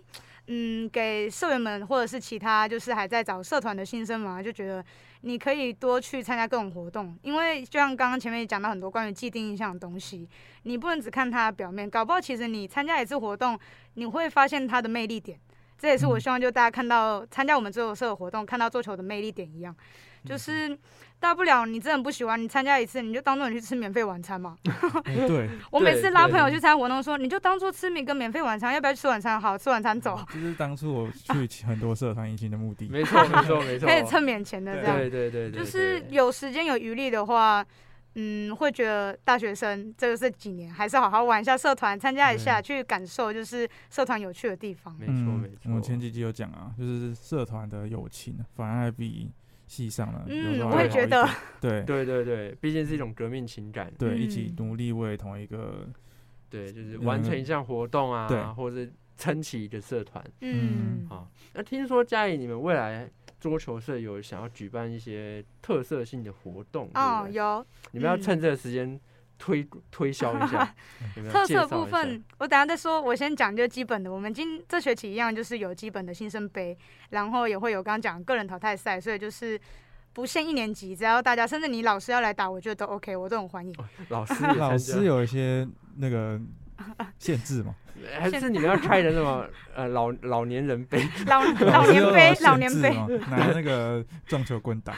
S5: 嗯，给社员们或者是其他就是还在找社团的新生嘛，就觉得你可以多去参加各种活动，因为就像刚刚前面也讲到很多关于既定印象的东西，你不能只看它的表面，搞不好其实你参加一次活动，你会发现它的魅力点。这也是我
S4: 嗯
S5: 希望就大家看到参加我们桌游社的活动，看到桌球的魅力点一样，
S2: 嗯
S5: 就是大不了你真的不喜欢，你参加一次你就当做你去吃免费晚餐嘛，
S4: 哎对，
S5: 我每
S2: 对
S5: 次拉
S2: 对
S5: 朋友去参加活动，说你就当做吃米跟免费晚餐，要不要去吃晚餐？好，吃晚餐 走，
S4: 这是当初 我去很多社团迎新的目的。
S2: 没错没错没错，
S5: 可以蹭免钱的
S4: 对
S5: 这样。
S2: 对对对对，
S5: 就是
S2: 对
S5: 有时间有余力的话，嗯，会觉得大学生这个这几年还是好好玩一下社团，参加一
S2: 嗯
S5: 下，去感受就是社团有趣的地方。
S2: 没错没
S4: 嗯，我
S2: 错，
S4: 们前几集有讲啊，就是社团的友情啊反而还比系上的有时候
S5: 嗯，
S4: 还
S5: 我也
S4: 好
S5: 觉
S4: 一
S5: 得
S4: 点，对
S2: 对对对，毕竟是一种革命情感，
S4: 对，一起
S5: 嗯
S4: 努力为同一个
S2: 对，就是
S4: 嗯
S2: 完成一项活动啊，
S4: 对
S2: 或者是撑起一个社团
S5: 嗯
S4: 嗯，
S2: 啊。那听说嘉怡，你们未来桌球社有想要举办一些特色性的活动，对
S5: 哦
S2: 不，对
S5: 有
S2: 你们要
S5: 嗯
S2: 趁这个时间推 推销一下，你们要
S5: 特
S2: 介
S5: 色
S2: 绍
S5: 部
S2: 一下
S5: 分，我等下再说。我先讲就基本的，我们今这学期一样就是有基本的新生杯，然后也会有刚刚讲的个人淘汰赛，所以就是不限一年级，只要大家，甚至你老师要来打，我觉得都 OK，我都很 欢迎。
S2: 哦老师也参加
S4: 老师有一些那 个限制嘛，
S2: 还是你们要开的那么呃老老年人 杯，
S5: 老老年杯，老年
S2: 哦
S5: 杯，
S4: 嘛，拿那个撞球棍 打，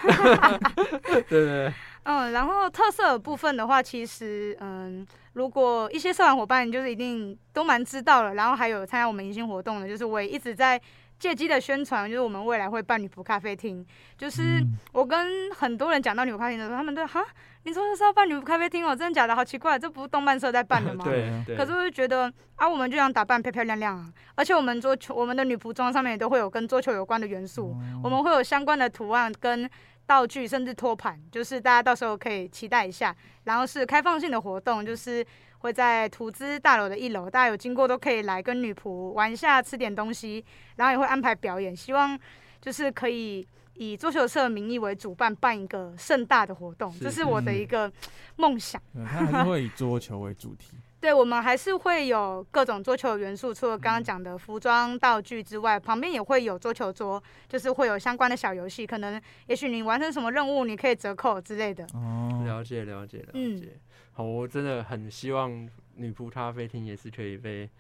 S2: 对对对，
S5: 嗯，然后特色的部分的话，其实嗯，如果一些社团伙伴就是一定都蛮知道了，然后还有参加我们迎新活动的，就是我也一直在借机的宣传，就是我们未来会办女仆咖啡厅，就是
S4: 嗯
S5: 我跟很多人讲到女仆咖啡厅的时候，他们都哈，你说这是要办女仆咖啡厅哦，真的假的？好奇怪，这不是动漫社在办的吗？
S2: 对对。
S5: 可是我就觉得啊，我们就想打扮漂漂亮亮啊，而且我们桌球，我们的女仆装上面也都会有跟桌球有关的元素，
S2: 哦
S5: 我们会有相关的图案跟道具，甚至托盘，就是大家到时候可以期待一下。然后是开放性的活动，就是会在图资大楼的一楼，大家有经过都可以来跟女仆玩一下，吃点东西，然后也会安排表演，希望就是可以。以桌球社的名义为主办，办一个盛大的活动，
S2: 是
S5: 这是我的
S4: 嗯
S5: 一个梦想。
S4: 对他还是会以桌球为主题，
S5: 对，我们还是会有各种桌球元素，除了刚刚讲的服装、道具之外，旁边也会有桌球桌，就是会有相关的小游戏，可能也许你完成什么任务，你可以折扣之类的。
S4: 哦，
S2: 了解了解了
S5: 嗯
S2: 解。好，我真的很希望女仆咖啡厅也是可以被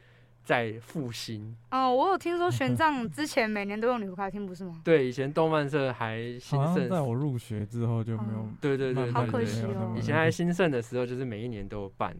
S2: 再复兴。
S5: 哦，我有听说玄 奘之前每年都用女仆咖啡厅，不是吗？
S2: 对，以前动漫社还兴
S4: 好像
S2: 盛
S4: 在
S2: 时，
S4: 我入学之后就没有
S5: 哦，
S2: 对对对
S4: 慢慢
S2: 对
S5: 好可
S2: 对
S5: 惜
S4: 没有那
S5: 哦
S4: 么
S2: 以前还兴盛的时候，就是每一年都有办，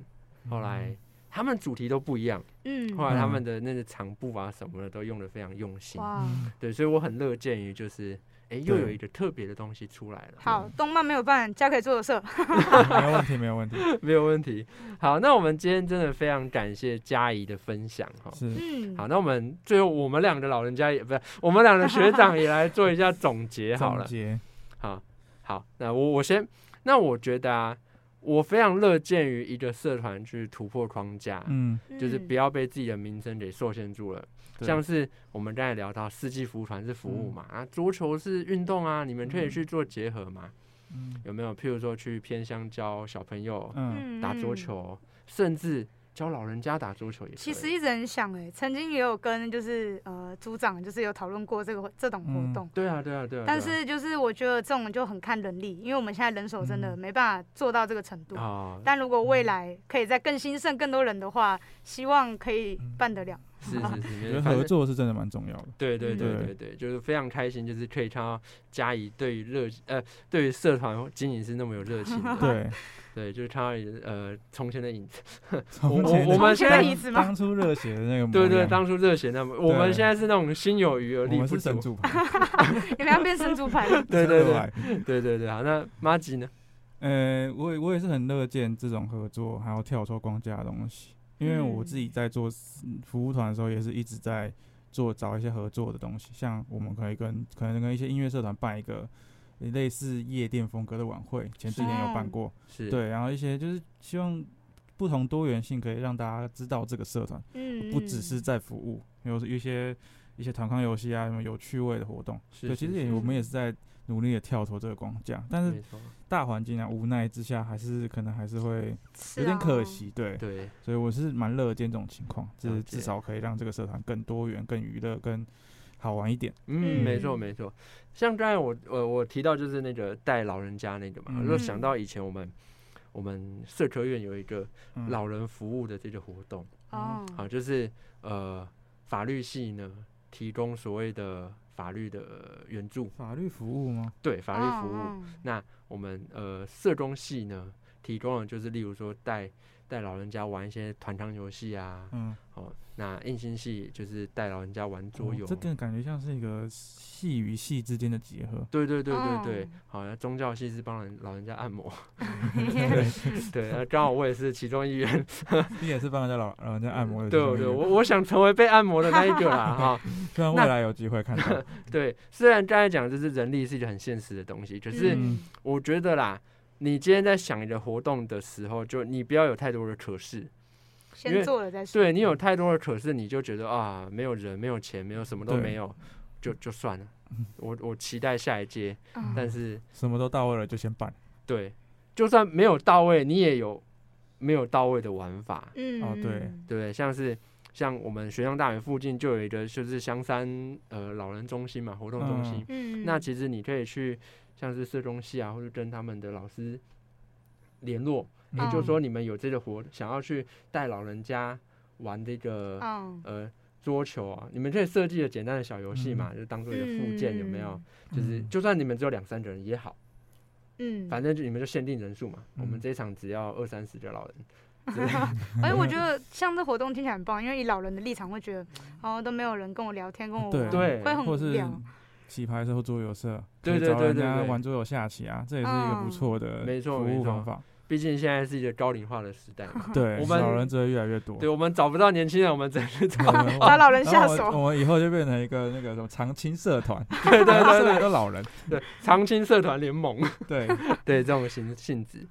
S2: 后来。他们主题都不一样，
S5: 嗯，
S2: 后来他
S4: 嗯嗯
S2: 们的那个场布啊什么的都用的非常用心，
S5: 哇，
S4: 嗯
S2: 对，所以我很乐见于就是，哎、又
S4: 对
S2: 有一个特别的东西出来了，
S5: 好，动漫没有办，交给桌游社。
S4: 嗯没有问题，没有 问题，
S2: 没有问题。好，那我们今天真的非常感谢嘉怡的分享哈。
S4: 是
S5: 嗯，
S2: 好，那我们最后我们两个老人家也不是我们两个学长也来做一下总结好
S4: 总
S2: 了。
S4: 结，
S2: 好，好，那我我先，那我觉得啊，我非常乐见于一个社团去突破框架，
S4: 嗯，
S2: 就是不
S5: 要，
S2: 要被自己的名称给受限住了。
S4: 对嗯
S2: 像是我们刚才聊到，四季服务团是服务嘛，啊，桌球是运动啊，你们可以去做结合嘛，
S4: 嗯
S2: 有没有？譬如说去偏乡教小朋友
S4: 嗯，
S5: 嗯
S2: 打桌。
S5: 嗯
S2: 球，甚至教老人家打桌球也可
S5: 其
S2: 以
S5: 实一直很想哎、曾经也有跟就是呃组长就是有讨论过这个这种活
S4: 嗯
S5: 动。
S2: 对啊，对啊，对啊，
S5: 但
S2: 对啊
S5: 是就是我觉得这种就很看人力，因为我们现在人手真的
S2: 嗯
S5: 没办法做到这个程度。
S2: 啊，
S5: 但如果未来可以再更兴盛、更多人的话，希望可以
S2: 嗯
S5: 办得了。
S2: 是是是，
S4: 我
S2: 没
S4: 觉得
S2: 有反
S4: 合
S2: 正
S4: 作是真的蛮重要 的，
S2: 对对对
S4: 嗯
S2: 对对，就是非常开心，就是可以看到嘉怡对于热呃对于社团经营是那么有热情的，
S4: 对，
S2: 对，就是看到你呃从前的影子，
S4: 从
S2: 我
S4: 前
S2: 我
S4: 的
S2: 们
S5: 从
S2: 现
S5: 前
S2: 在
S5: 的
S4: 当
S5: 椅子吗？
S4: 当初热血的那个模样，
S2: 对对，当初热血那么，我们
S4: 对
S2: 现在是那种心有余而
S4: 我
S2: 力
S4: 们
S2: 不
S4: 是神
S2: 足，
S4: 主牌，
S5: 你们要变 神主牌了？
S2: 对对
S4: 神主
S2: 对
S4: 牌
S2: 对对对，好，那马吉呢？
S4: 呃，我也我也是很乐见这种合作，还有跳脱框架的东西，因为我自己在做嗯服务团的时候，也是一直在做找一些合作的东西，像我们可以跟可能跟一些音乐社团办一个类似夜店风格的晚会，前几年有办
S5: 哦
S4: 过，
S2: 是，
S4: 对，然后一些就是希望不同多元性可以让大家知道这个社团
S5: 嗯，
S4: 不只是在服务，有一些一些团康游戏啊，什么有趣味的活动。
S2: 是是
S4: 对，其实也
S2: 是
S4: 我们也是在努力的跳脱这个框架，但
S2: 没
S4: 是
S2: 错，
S4: 大环境啊，无奈之下还是可能还是会
S5: 是
S4: 有点
S5: 啊
S4: 可。惜，对。
S2: 对，
S4: 所以我是蛮乐见这种情况，
S2: 了
S4: 至
S2: 解
S4: 至少可以让这个社团更多元、更娱乐、更好玩一点。
S2: 嗯，没
S5: 嗯
S2: 错没错。像刚才我我我提到就是那个带老人家那个嘛，我就想
S5: 嗯
S2: 到以前我们我们社科院有一个
S4: 嗯
S2: 老人服务的这个活动，
S5: 哦，
S2: 啊，就是呃，法律系呢提供所谓的法律的援助，
S4: 法律服务吗？
S2: 对法律服务。
S5: 嗯嗯
S2: 我们呃社工系呢提供的就是例如说带带老人家玩一些团康游戏啊，
S4: 嗯，
S2: 哦，那硬心系就是带老人家玩桌
S4: 哦
S2: 游。
S4: 这个感觉像是一个戏与戏之间的结合。
S2: 对对对对对，
S5: 哦
S2: 好，那宗教系是帮人老人家按摩，对，那刚好我也是其中一 员，
S4: 你也是帮人家老老人家按摩的
S2: 对
S4: 经
S2: 对，
S4: 验
S2: 我我想成为被按摩的那一个啦，哈、
S4: 希望
S2: 那
S4: 未来有机 会看到。
S2: 对，虽然刚才讲就是人力是一个很现实的东西，可是
S4: 嗯
S2: 我觉得啦，你今天在想你的活动的时候，就你不要有太多的可是，因为
S5: 先做了再说。
S2: 对你有太多的可是，你就觉得啊，没有人，没有钱，没有什么都
S4: 对
S2: 没有，就就算了。我我期待下一届，
S5: 嗯
S2: 但是
S4: 什么都到位了就先办。
S2: 对，就算没有到位，你也有没有到位的玩法，
S5: 嗯
S4: 哦对
S5: 嗯
S2: 对不对？像是像我们学校大学附近就有一个就是香山呃老人中心嘛，活动中心，
S4: 嗯
S5: 嗯，
S2: 那其实你可以去像是社中系啊，或者跟他们的老师联络，也
S5: 嗯
S2: 就是说你们有这个活，想要去带老人家玩这个、
S5: 嗯，
S2: 呃桌球啊，你们可以设计个简单的小游戏嘛，就当做一个附件，有没有？就是就算你们只有两三个人也好，
S5: 嗯，
S2: 反正就你们就限定人数嘛。我们
S4: 嗯
S2: 这一场只要二三十个老人，之类
S5: 而且哎我觉得像这活动听起来很棒，因为以老人的立场会觉得，哦，都没有人跟我聊天，跟我
S4: 对
S5: 玩，
S2: 对
S5: 会很无
S4: 或是
S5: 聊。
S4: 棋牌社或桌游社，
S2: 对
S4: 可以
S2: 对
S4: 找
S2: 对
S4: 人
S2: 对
S4: 家
S2: 对
S4: 玩桌游下棋啊，这也是一个不
S5: 嗯
S4: 错的
S2: 没错
S4: 服
S2: 没
S4: 务
S2: 错
S4: 方 法。。
S2: 毕竟现在是一个高龄化的时代嘛
S4: 对，
S2: 我们
S4: 老人只会越来越多。
S2: 对我们找不到年轻人，我们只能找
S4: 我们
S5: 把
S2: 哦
S5: 老人
S4: 然
S5: 下
S4: 后我
S5: 手，
S4: 们我们以后就变成一个那个什么长青社团，
S2: 对对对对
S4: 对，都 老人，
S2: 对长青社团联盟。
S4: 对，
S2: 对这种性性质。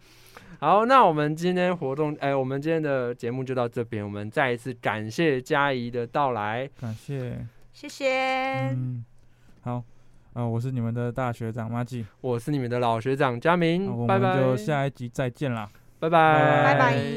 S2: 好，那我们今天活动，哎、我们今天的节目就到这边。我们再一次感谢佳怡的到来。
S4: 感谢，
S5: 谢
S2: 哎
S5: 谢，
S4: 嗯，好，啊，我是你们的大学长马季，
S2: 我是你们的老学长佳
S4: 那
S2: 明，
S4: 我
S2: 嗯拜
S4: 们
S2: 拜，
S4: 就下一集再见啦。
S2: 拜
S4: 拜
S5: 拜
S2: 拜
S5: 拜。